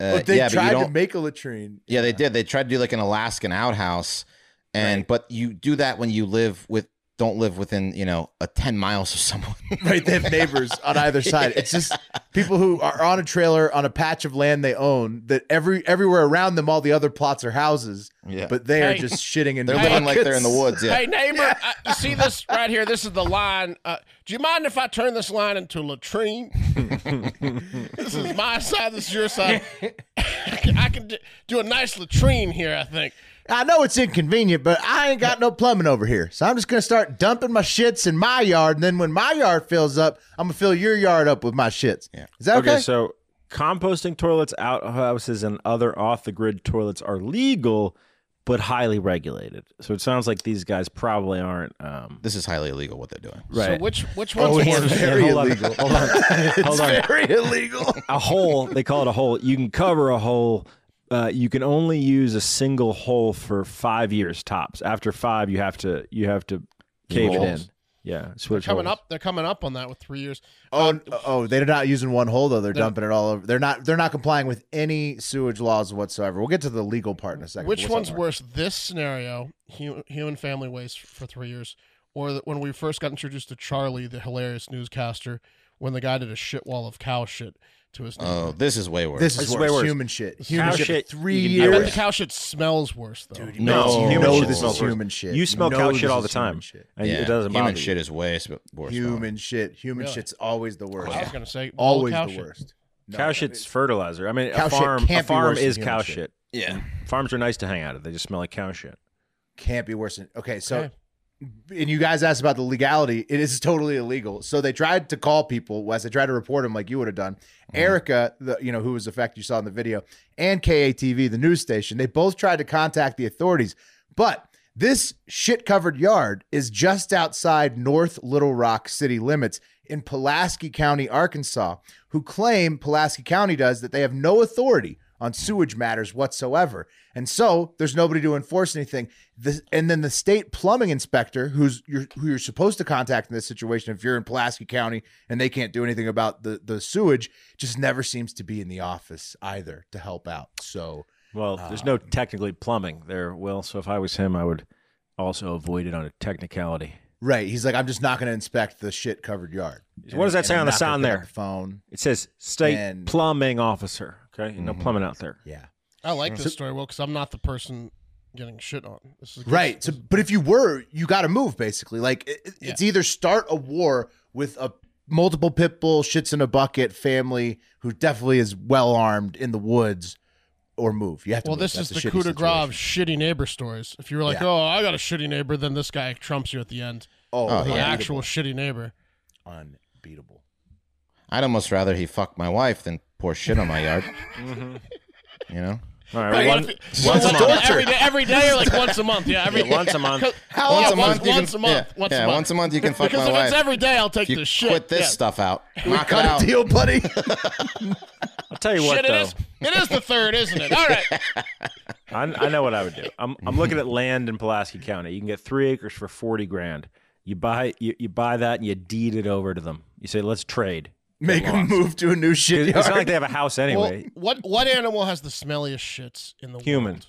E: Uh,
B: But they
E: yeah, but you
B: tried to
E: don't.
B: make a latrine.
E: yeah, they did. They tried to do like an Alaskan outhouse, and but you do that when you live with don't live within you know a ten miles of *laughs* someone. *laughs*
B: Right, they have neighbors on either side. It's just people who are on a trailer on a patch of land they own that every everywhere around them all the other plots are houses
E: yeah
B: but they are
D: Hey.
B: just shitting in
E: They're living like they're
B: buckets.
E: in the woods,
D: Hey neighbor, uh, you see this right here? This is the line. Uh, do you mind if I turn this line into
C: *laughs*
D: latrine? this is my side. This is your side. *laughs* I can do, do a nice latrine here. I think.
B: *laughs* I know it's inconvenient, but I ain't got no plumbing over here. So I'm just going to start dumping my shits in my yard. And then when my yard fills up, I'm going to fill your yard up with my shits. Yeah. Is that okay?
C: so composting toilets, outhouses, and other off the grid toilets are legal, but highly regulated. So it sounds like these guys probably aren't. Um,
E: this is highly illegal what they're doing.
C: Right.
D: So which which
C: Oh,
D: one's
C: it's *laughs*
D: worse?
C: very Hold on. illegal.
B: *laughs*
C: Hold on.
E: It's
C: Hold on.
E: very illegal.
C: a hole. They call it a hole. You can cover a hole. Uh, you can only use a single hole for five years tops. After five, you have to you have to cave it in.
B: Holes.
C: Yeah, switch
D: Coming
C: holes.
D: up, they're coming up on that with three years.
B: Oh,
D: Um,
B: oh, they're not using one hole though. They're
D: They're-
B: dumping it all over. They're not. They're not complying with any sewage laws whatsoever. We'll get to the legal part in a second.
D: Which
B: What's up,
D: one's
B: Mark?
D: worse, this scenario, hu- human family waste for three years, or that when we first got introduced to Charlie, the hilarious newscaster, when the guy did a shit wall of cow shit to his neighbor?
E: Oh, this is way worse.
B: This is worse. Human shit. Human
C: Cow
B: shit.
C: shit,
B: for Three
C: you can do
D: I
B: years.
D: bet the cow shit smells worse though.
B: you No,
E: you
B: know
E: shit
B: this is
E: smells worse.
B: human shit.
C: You smell
B: You
C: cow
B: know
C: shit all the
B: this is
C: time.
B: human shit.
C: And
E: Yeah,
C: It doesn't bother
E: human
C: you.
E: shit is way s- worse.
B: Human shit. Human
D: Really?
B: shit's always the worst.
D: I was gonna say boiled
B: always
D: cow
B: the
D: shit.
B: worst.
C: cow shit's fertilizer. I mean,
B: Cow
C: a
B: shit
C: farm a
B: can't be
C: farm
B: worse than
C: is
B: human
C: cow
B: shit.
C: shit.
E: Yeah.
C: farms are nice to hang out at. They just smell like cow shit.
B: Can't be worse than okay. So,
C: Okay.
B: and you guys asked about the legality. It is totally illegal. So they tried to call people. Wes, they tried to report them like you would have done. Erica, the you know who was the fact you saw in the video, and KATV, the news station. They both tried to contact the authorities, but this shit covered yard is just outside North Little Rock city limits in Pulaski County, Arkansas, who claim Pulaski County does that they have no authority on sewage matters whatsoever. And so there's nobody to enforce anything. The, and then the state plumbing inspector, who's you're, who you're supposed to contact in this situation, if you're in Pulaski County and they can't do anything about the, the sewage, just never seems to be in the office either to help out. So
C: Well, there's
D: Ah.
C: no technically plumbing there, Will. So if I was him, I would also avoid it on a technicality.
B: Right. He's like, I'm just not going to inspect the shit covered yard.
C: what does that say on the sign
B: sound
C: there?
B: phone.
C: It says state
B: And-
C: plumbing officer. Okay,
D: Mm-hmm.
C: no plumbing out there.
B: Yeah.
D: I like
C: So-
D: this story, well, because I'm not the person getting shit on. This is good.
B: Right. So, but if you were, you got to move basically. Like it, it- it's either start a war with a multiple pit bull shits in a bucket family who definitely is well armed in the woods, or move. You have to.
D: Well,
B: move.
D: this
B: That's
D: is
B: a
D: the
B: shitty
D: coup de grace of shitty neighbor stories. If you were like,
B: Yeah.
D: "Oh, I got a shitty neighbor," then this guy trumps you at the end.
B: Oh,
E: Oh,
D: an
E: yeah.
D: actual shitty neighbor.
B: situation. unbeatable.
E: I'd almost rather he fucked my wife than pour shit on my yard.
C: Mm-hmm.
E: You know.
C: All
D: Right, what if- well, what- Every day, every day or like once a month. Yeah, every
C: Yeah, once a month.
D: 'Cause-
E: How
D: yeah,
E: once a
D: Oh, once-
E: month? you
D: Once a
E: can-
D: month.
E: yeah,
D: Once a
E: yeah,
D: month.
E: once a month you can fuck
D: Because
E: my
D: if it's
E: wife.
D: every day, I'll take
E: If you
D: the shit.
E: Quit this
D: yeah.
E: stuff out.
D: We
E: Knock
D: cut
E: it
D: a
E: out.
D: deal,
B: buddy.
C: I'll tell you what,
D: Shit, it
C: though.
D: is. It is the third, isn't it? All right.
C: I, I know what I would do. I'm I'm looking at land in Pulaski County. You can get three acres for forty grand. You buy you, you buy that and you deed it over to them. You say let's trade.
B: Make
C: Get
B: them
C: lost.
B: move to a new shit
C: It's not
B: yard.
C: like they have a house anyway.
D: Well, what what animal has the smelliest shits in the
C: Human.
D: world?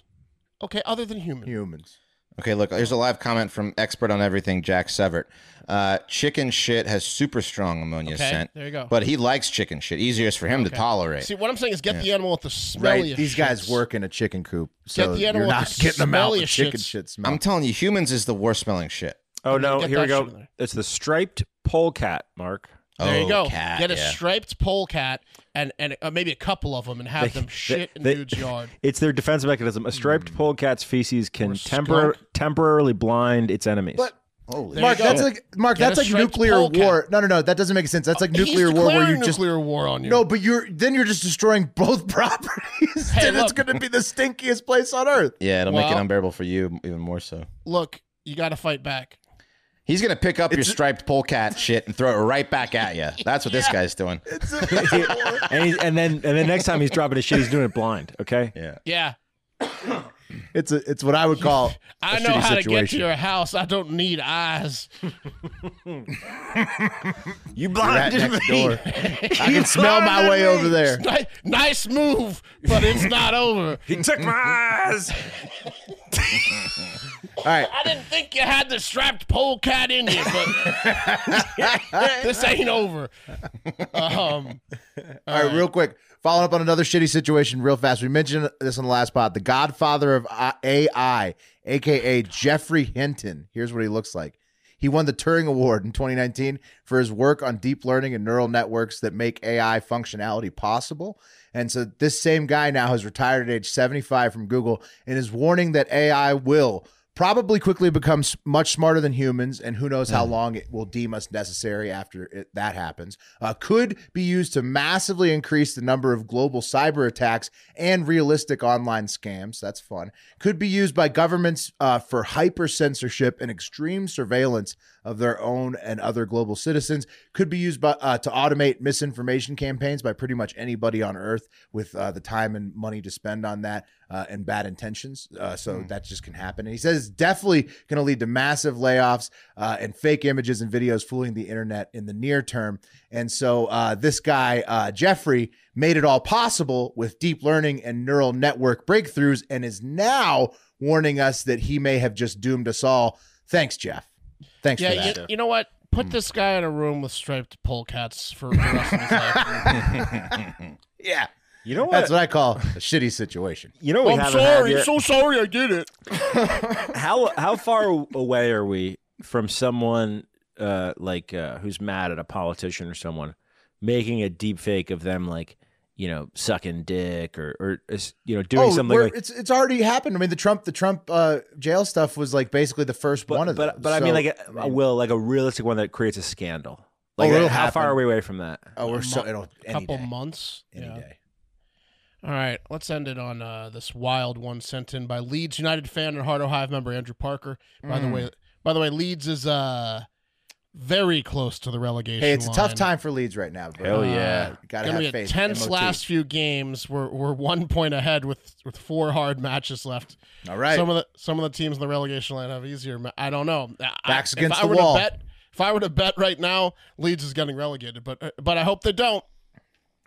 D: Okay, other than
B: *laughs*
D: human.
B: Humans.
E: Okay, look, here's a live comment from expert on everything, Jack Severt. Uh, chicken shit has super strong ammonia
D: Okay,
E: scent.
D: there you go.
E: But he likes chicken shit. Easiest for him to
D: Okay.
E: tolerate.
D: See, what I'm saying is get
E: Yeah.
D: the animal with the
B: Right.
D: smelliest.
B: These guys work in a chicken coop, so
D: the
B: you're
D: animal with
B: not
D: the
B: getting them out with
D: smelliest
B: chicken
D: shits.
B: shit smell.
E: I'm telling you, humans is the worst smelling shit.
C: Oh no,
D: Get
C: here we
D: that shit in
C: go. It's the striped polecat, Mark.
D: There you go.
E: Oh, cat,
D: get a
E: yeah.
D: striped polecat and and uh, maybe a couple of them and
C: *laughs*
D: have
C: They-
D: them shit in
C: they- *laughs*
D: dude's yard. Hmm.
C: It's their defense mechanism. A striped polecat's feces can
D: skunk.
C: tempor- temporarily blind its enemies.
B: But-
E: Holy
D: There
B: Mark,
D: you go.
B: that's like Mark,
D: Get a
B: that's like
D: striped
B: nuclear
D: polecat.
B: war. No, no, no, that doesn't make sense. That's like
D: He's
B: nuclear war where you
D: declaring
B: just
D: nuclear war on you.
B: No, but you're then you're just destroying both *laughs* properties.
D: Hey,
B: and it's
D: look.
B: going to be the stinkiest place on earth.
E: Yeah, it'll make it
D: Well-
E: unbearable for you even more so.
D: Look, you got to fight back.
E: He's gonna pick up your striped polecat shit and throw it right back at you. That's what this guy's doing.
C: *laughs* and, he's, and then and then next time he's dropping his shit, he's doing it blind. Okay.
E: Yeah.
D: Yeah,
B: It's a, it's what I would call.
D: *laughs* I
B: a
D: know
B: shitty
D: how to get to
B: situation.
D: your house. I don't need eyes.
C: You
B: Rat
C: blinded
B: next
C: me.
B: door. I
D: *laughs*
B: can smell my way over there.
D: Ni- nice move, but it's not over.
C: He took my eyes.
B: All right.
D: I didn't think you had the strapped polecat in you, but *laughs* this ain't over. Um,
B: All right, real quick. Following up on another shitty situation, real fast. We mentioned this on the last pod. The godfather of I- AI, aka Jeffrey Hinton. Here's what he looks like. He won the Turing Award in 2019 for his work on deep learning and neural networks that make AI functionality possible. And so this same guy now has retired at age 75 from Google and is warning that AI will probably quickly become s- much smarter than humans, and who knows how long it will deem us necessary after it, that happens, uh, could be used to massively increase the number of global cyber attacks and realistic online scams. That's fun. Could be used by governments uh, for hyper censorship and extreme surveillance of their own and other global citizens. Could be used by, uh, to automate misinformation campaigns by pretty much anybody on earth with uh, the time and money to spend on that uh, and bad intentions. Uh, so
D: Hmm.
B: that just can happen. And he says it's definitely going to lead to massive layoffs uh, and fake images and videos fooling the internet in the near term. And so uh, this guy, uh, Jeffrey, made it all possible with deep learning and neural network breakthroughs and is now warning us that he may have just doomed us all. Thanks, Jeff. Thanks
D: yeah,
B: for that.
D: You, you know what? Put this guy in a room with striped polecats for the rest of his
B: *laughs*
D: life.
B: yeah.
C: You know what?
B: That's what I call a shitty situation.
C: You know what we
D: I'm
C: haven't had
D: sorry.
C: yet?
D: So sorry. I did it.
C: how how far away are we from someone uh, like uh, who's mad at a politician or someone making a deep fake of them like you know sucking dick or or uh, you know doing
B: Oh,
C: something
B: we're-
C: like
B: it's it's already happened. I mean, the Trump the Trump uh, jail stuff was like basically the first one of
C: but
B: those.
C: but I mean
B: So,
C: like a, a will like a realistic one that creates a scandal.
B: Oh,
C: Like uh,
B: it'll
C: how far
B: happen.
C: are we away from that?
B: Oh, we're so it'll
D: A
B: any
D: couple
B: day.
D: months.
B: Any
D: yeah.
B: day.
D: All right, let's end it on uh, this wild one sent in by Leeds United fan and Heart Hive member Andrew Parker. By the
B: Mm.
D: way, by the way, Leeds is uh, very close to the relegation.
B: Hey, it's a tough
D: line.
B: time for Leeds right now. Bro. Uh,
C: Hell yeah.
B: gotta
D: Gonna
B: have
D: be a
B: faith.
D: tense
B: MOT.
D: last few games. We're we're one point ahead with with four hard matches left.
B: All right.
D: Some of the some of the teams in the relegation line have easier. ma- I don't know. I-
B: Backs
D: I,
B: against
D: if
B: the
D: I were to
B: wall.
D: bet- if I were to bet right now, Leeds is getting relegated, but uh, but I hope they don't.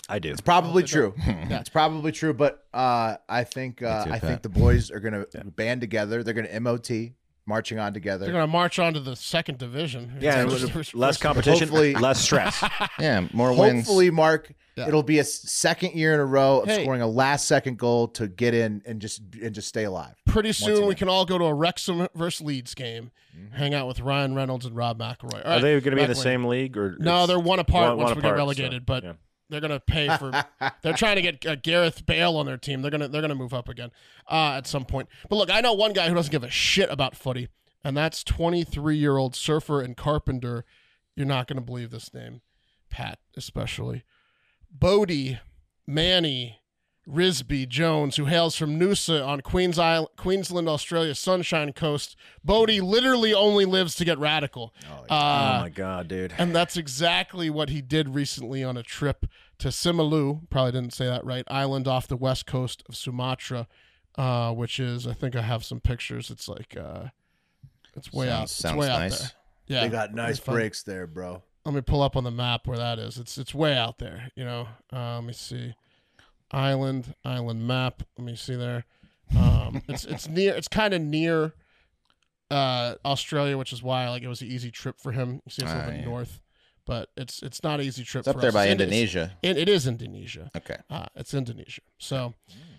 C: I do.
B: It's probably true. *laughs* It's probably true, but uh, I think uh,
D: too,
B: I think
D: Pat.
B: the boys are gonna band together. They're gonna MOT marching on together.
D: They're going to march on to the second division.
B: Yeah,
D: *laughs* First-
B: it would-
D: first-
C: Less
D: first-
C: competition,
B: Hopefully- *laughs*
C: less stress.
E: yeah, more
B: Hopefully, Mark, it'll be a s- second year in a row of
D: Hey.
B: scoring a last second goal to get in and just and just stay alive.
D: Pretty
B: Once
D: soon we can all go to a Wrexham versus Leeds game, hang out with Ryan Reynolds and Rob McElroy. All
C: Mm-hmm. Are
D: right,
C: they going to be in
D: back
C: the
D: when-
C: same league or
D: No,
C: it's-
D: they're one apart
C: one-
D: once
C: one
D: we
C: apart,
D: get
C: so,
D: relegated, but uh,
C: yeah.
D: they're going to pay for. they're trying to get uh, Gareth Bale on their team. They're going to they're going to move up again uh, at some point. But look, I know one guy who doesn't give a shit about footy, and that's 23 year old surfer and carpenter. You're not going to believe this name, Pat especially. Bodie, Manny, Risby Jones, who hails from Noosa on Queens Island, Queensland, Australia's Sunshine Coast. Bodie literally only lives to get radical. Uh,
C: oh my god, dude.
D: and that's exactly what he did recently on a trip to Simalou, probably didn't say that right, island off the west coast of Sumatra, uh, which is, I think I have some pictures. It's like, uh, it's way out.
E: Sounds-
D: It's
E: sounds
D: way
E: nice.
D: out there. Yeah.
B: they got nice
D: It's fun.
B: breaks there, bro.
D: Let me pull up on the map where that is. It's it's way out there, you know. Uh, let me see. Island, island map. Let me see there.
E: *laughs*
D: Um, it's it's near. It's kind of near uh, Australia, which is why like it was an easy trip for him. You see, it's a little
E: Ah,
D: bit
E: yeah.
D: north, but it's it's not an easy trip.
E: It's up
D: for
E: there
D: us. It
E: by
D: is-
E: Indonesia.
D: it- it is Indonesia.
E: Okay.
D: Uh, it's Indonesia. So,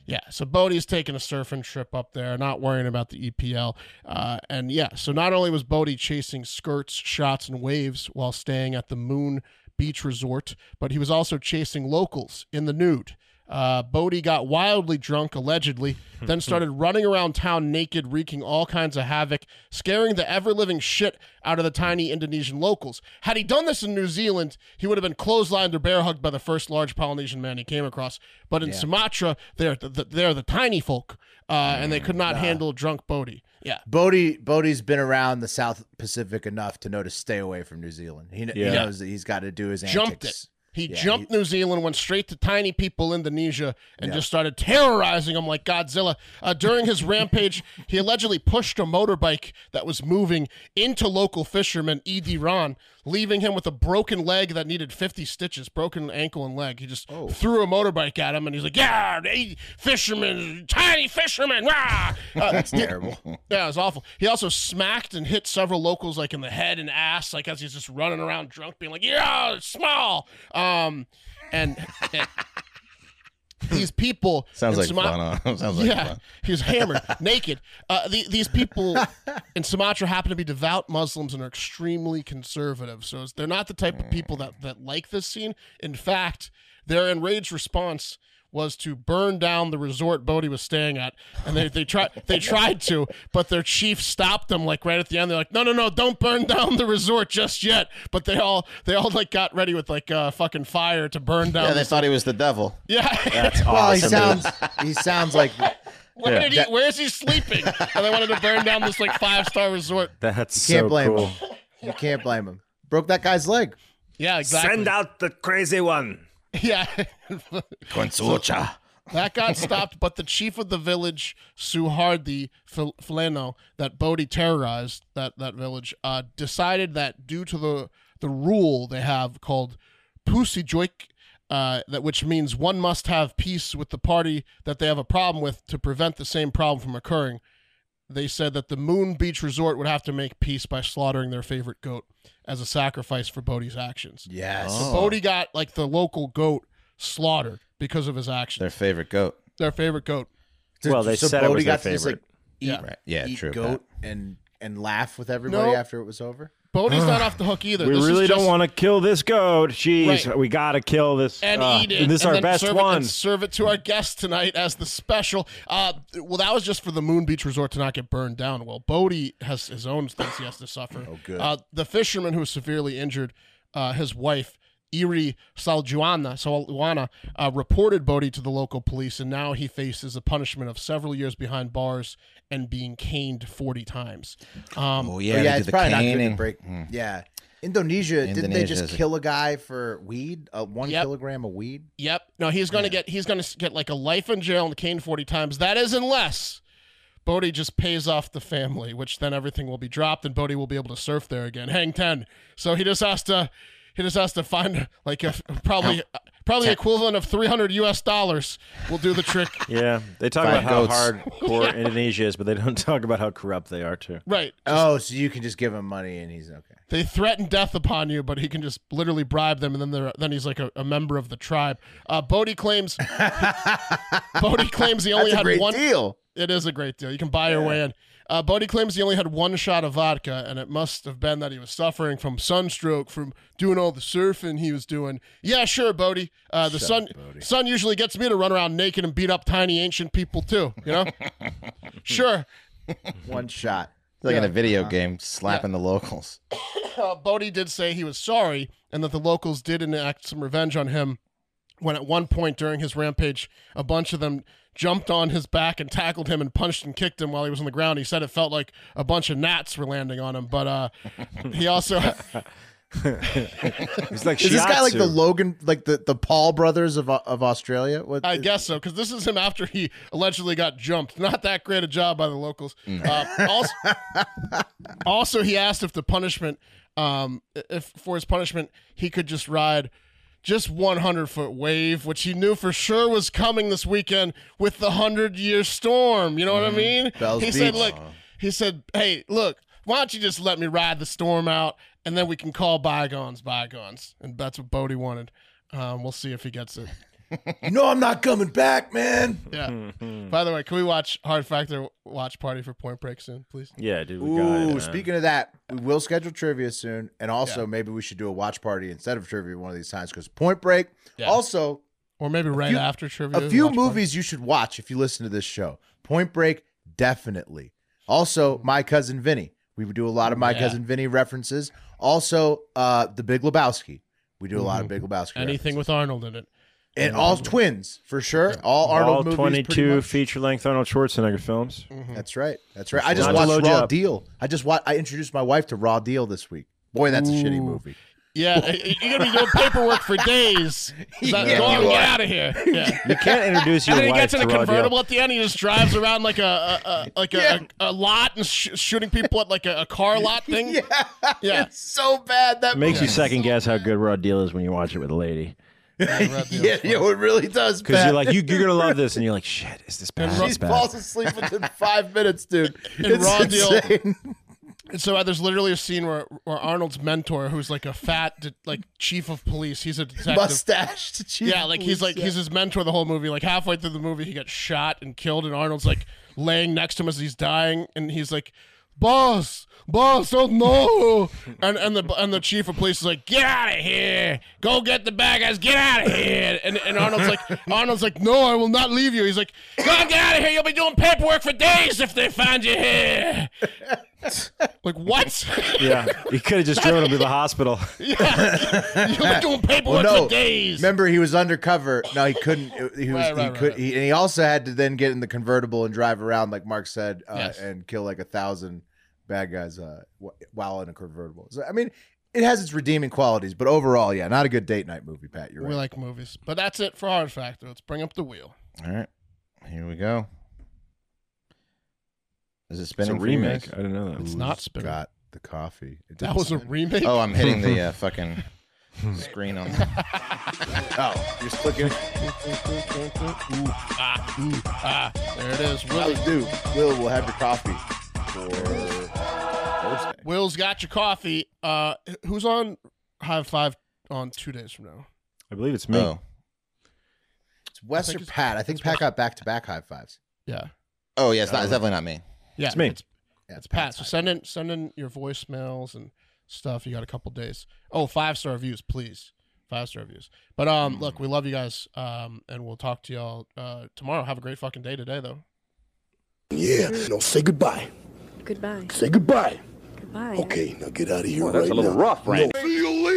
D: yeah. So Bodie's taking a surfing trip up there, not worrying about the EPL. Uh, and yeah, so not only was Bodie chasing skirts, shots, and waves while staying at the Moon Beach Resort, but he was also chasing locals in the nude. Uh, Bodie got wildly drunk, allegedly, then started running around town naked, wreaking all kinds of havoc, scaring the ever living shit out of the tiny Indonesian locals. Had he done this in New Zealand, he would have been clotheslined or bear hugged by the first large Polynesian man he came across. But in
B: Yeah.
D: Sumatra, they're the, the, they're the tiny folk, uh, and they could not handle drunk Bodhi. Yeah.
B: Bodie Bodie's been around the South Pacific enough to know to stay away from New Zealand. He, kn- he
D: Yeah.
B: knows that he's got to do his
D: jumped
B: antics.
D: it. He
B: Yeah,
D: jumped New Zealand, went straight to tiny people Indonesia, and just started terrorizing them like Godzilla. Uh, during his rampage, he allegedly pushed a motorbike that was moving into local fisherman Ed Ron, leaving him with a broken leg that needed 50 stitches, broken ankle and leg. He just threw a motorbike at him, and he's like, "Yeah, hey, fisherman, tiny fisherman!" Rah! Uh,
E: That's
D: he-
E: terrible.
D: *laughs* Yeah, it was awful. He also smacked and hit several locals like in the head and ass, like as he's just running around drunk, being like, "Yeah, it's small." Um, and.
E: *laughs*
D: These people
E: Sounds
D: in
E: like
D: Suma-
E: fun, huh? *laughs* Sounds like
D: yeah,
E: fun.
D: he was hammered, *laughs* naked. Uh, the, these people in Sumatra happen to be devout Muslims and are extremely conservative. So it's, they're not the type of people that, that like this scene. In fact, their enraged response was to burn down the resort Bodhi was staying at. And they, they tried they tried to, but their chief stopped them like right at the end. They're like, no, no, no, don't burn down the resort just yet. But they all they all like got ready with like uh, fucking fire to burn down.
E: yeah, they
D: this-
E: thought he was the devil.
D: yeah.
B: well, he sounds he sounds like *laughs*
D: Where
B: Yeah.
D: did he,
B: That-
D: where is he sleeping? And they wanted to burn down this like five star resort.
B: you
C: That's
B: can't
C: so
B: blame
C: cool.
B: him. You can't blame him. Broke that guy's leg.
D: Yeah, exactly.
C: Send out the crazy one.
D: *laughs* Yeah. *laughs*
E: Consucha.
D: that got stopped, but the chief of the village, Suhardi Fil- Fileno, that Bodhi terrorized that, that village, uh, decided that due to the, the rule they have called Pusi Joik, uh, that which means one must have peace with the party that they have a problem with to prevent the same problem from occurring. They said that the Moon Beach Resort would have to make peace by slaughtering their favorite goat as a sacrifice for Bodhi's actions.
B: Yes.
D: So
E: Oh.
D: Bodhi got like the local goat slaughtered because of his actions.
E: Their favorite goat.
D: Their favorite goat.
C: Well, they said it
B: Bodhi
C: was their
B: got to just,
C: favorite.
B: eat,
D: Yeah.
E: Right. Yeah,
B: eat
E: true,
B: goat and and laugh with everybody
D: Nope.
B: after it was over.
D: Bodhi's not off the hook either.
C: we
D: This is
C: really don't
D: just-
C: want to kill this goat. Jeez,
D: Right.
C: we gotta kill this.
D: and
C: uh,
D: eat it.
C: This is
D: and
C: our
D: then
C: best
D: serve It
C: one.
D: and serve it to our guests tonight as the special. Uh, well, that was just for the Moon Beach Resort to not get burned down. Well, Bodie has his own things he has to suffer. Oh,
B: good.
D: Uh, the fisherman who was severely injured, uh, his wife. Iri Saljuana, Saljuana uh, reported Bodhi to the local police, and now he faces a punishment of several years behind bars and being caned 40 times. Um,
E: Oh,
B: Oh, Yeah,
E: yeah, they did
B: it's
E: the
B: probably not good to
E: caning.
B: break.
E: Mm.
B: Yeah, Indonesia, didn't they
E: Indonesia
B: just
E: is a-
B: kill a guy for weed? Uh, one kilogram of weed.
D: Yep. No, he's gonna get he's gonna s- get like a life in jail and caned forty times. That is unless Bodhi just pays off the family, which then everything will be dropped and Bodhi will be able to surf there again. Hang ten. So he just has to he just has to find like a probably probably equivalent of three hundred U.S. dollars will do the trick. *laughs*
C: yeah, they talk
D: Five
C: about how
D: goats.
C: hardcore
D: *laughs* Yeah.
C: Indonesia is, but they don't *laughs* talk about how corrupt they are too.
D: Right.
B: Oh, so you can just give him money and he's okay.
D: They threaten death upon you, but he can just literally bribe them, and then they're then he's like a, a member of the tribe. Uh, Bodhi
B: *laughs*
D: claims Bodhi claims he only
B: That's a
D: had
B: great
D: one *laughs*
B: deal.
D: It is a great deal. You can buy your way in. Uh, Bodhi claims he only had one shot of vodka, and it must have been that he was suffering from sunstroke from doing all the surfing he was doing. Yeah, sure, Bodhi. Uh, the
C: Shut
D: sun
C: up,
D: sun usually gets me to run around naked and beat up tiny ancient people too. You
C: *laughs*
D: know, sure.
B: One shot.
E: It's like in
D: Yeah.
E: a video
B: Uh-huh.
E: game, slapping the locals.
D: uh, Bodhi did say he was sorry and that the locals did enact some revenge on him when at one point during his rampage, a bunch of them jumped on his back and tackled him and punched and kicked him while he was on the ground. He said it felt like a bunch of gnats were landing on him, but uh, he also.
C: He's like
B: Is this guy like
C: shiatsu.
B: the Logan, like the, the Paul brothers of uh, of Australia? What? *laughs*
D: I guess so, because this is him after he allegedly got jumped. Not that great a job by the locals.
B: Mm.
D: Uh, also, also, he asked if the punishment, um, if for his punishment, he could just ride just 100 foot wave, which he knew for sure was coming this weekend with the 100 year storm. You know what I mean?
B: Bells
D: he said,
B: Beach.
D: look, he said, hey, look, why don't you just let me ride the storm out and then we can call bygones bygones? And that's what Bodie wanted. Um, we'll see if he gets it.
B: you know I'm not coming back, man.
D: Yeah. By the way, can we watch Hard Factor watch party for Point Break soon, please?
C: Yeah, dude. We got it,
B: Ooh,
C: man.
B: speaking of that, we will schedule trivia soon, and also
D: Yeah.
B: maybe we should do a watch party instead of trivia one of these times because Point Break.
D: Yeah.
B: Also,
D: Or maybe right
B: few-
D: after trivia.
B: a few
D: watch party.
B: movies you should watch if you listen to this show. Point Break, definitely. Also, My Cousin Vinny. We would do a lot of My
D: Yeah.
B: Cousin Vinny references. Also, uh, The Big Lebowski. We do a lot of Big Lebowski.
D: Mm-hmm. Anything with Arnold in it.
B: And all twins for sure. All
C: all
B: Arnold movies. pretty
C: twenty-two
B: much. Mm-hmm.
C: feature-length Arnold
B: *laughs*
C: Schwarzenegger films.
B: That's right. That's right. I
C: Not
B: just
C: to
B: watched
C: load you
B: Raw
C: up.
B: Deal. I just wa- I introduced my wife to Raw Deal this week. Boy, that's a shitty movie.
D: Yeah, you're gonna be doing paperwork for days. Is that-
C: Yeah,
D: go on,
C: you
D: get
C: are.
D: out of here. Yeah.
C: You can't introduce your
D: and then he
C: wife
D: gets in a
C: to Rod Yell.
D: convertible at the end. He just drives around like a, a, a like a, a, a lot and sh- shooting people at like a, a car lot thing. Yeah, yeah.
B: so bad that
C: It makes you second guess how good Raw Deal is when you watch it with a lady.
B: yeah, yo, it really does.
C: Because
B: Pat.
C: you're like, you, you're going to love this. And you're like, shit, is this bad?
B: she
C: It's bad.
B: falls asleep within
D: *laughs*
B: five minutes, dude.
D: And
B: it's
D: Raw Deal-
B: insane. *laughs*
D: And so uh, there's literally a scene where, where Arnold's mentor, who's like a fat de- like chief of police, he's a detective,
B: Mustached chief *laughs*
D: Yeah,
B: of
D: like
B: police,
D: he's like
B: yeah.
D: he's his mentor the whole movie. Like halfway through the movie, he gets shot and killed, and Arnold's like laying next to him as he's dying, and he's like, "Boss, boss,
B: *laughs*
D: oh no!" and and the and the chief of police is like, "Get out of here! Go get the bad guys! Get out of here!" And and
B: *laughs*
D: Arnold's like, Arnold's like, "No, I will not leave you." He's like, "Go get out of here! You'll be doing paperwork for days if they find
B: *laughs*
D: you here." like what? *laughs*
C: yeah. You could have just driven him to
B: *laughs*
C: the hospital.
D: *laughs* Yeah. You've been doing
B: Well,
D: paperwork
B: no.
D: for days.
B: Remember, he was undercover. No, he couldn't. It- He was.
D: Right, right,
B: he
D: right,
B: could. He, and he also had to then get in the convertible and drive around, like Mark said, uh,
D: Yes.
B: and kill like a thousand bad guys uh, wh- while in a convertible. So, I mean, it has its redeeming qualities, but overall, yeah, not a good date night movie. Pat, you're
D: We
B: right.
D: like movies. But that's it for Hard Factor. Let's bring up the wheel.
E: All right, here we go. Is it
C: It's
E: spinning?
C: a
E: for you
C: remake.
E: guys?
C: I don't know that.
D: It's not spinning.
B: Got the coffee. It
D: That
B: didn't
D: was a
B: spin.
D: remake.
E: Oh, I'm hitting the uh, fucking screen on.
B: oh, you're clicking.
D: *laughs* Ooh, ah, ooh, ah. There it is.
B: Will *laughs*
D: Willie.
B: do. Will, we'll have your coffee for Thursday.
D: Will's got your coffee. Uh, who's on High Five on two days from now?
C: I believe it's me.
E: Oh.
B: It's Wes or Pat. I think Pat got back to back high fives. Uh,
D: Yeah.
E: Oh yeah, it's not. It's definitely not me.
D: Yeah,
C: It's me.
D: That's Pat. So send in send in your voicemails and stuff. You got a couple days. Oh, five star reviews, please. Five star reviews. But um,
B: Hmm.
D: look, we love you guys. Um, and we'll talk to y'all uh tomorrow. Have a great fucking day today, though.
A: Yeah, no, say goodbye.
P: Goodbye.
A: Say goodbye.
P: Goodbye.
A: Okay, now get out of here
P: Well, that's
A: right
P: a little
A: now.
P: rough, Randy.
A: No, see you later.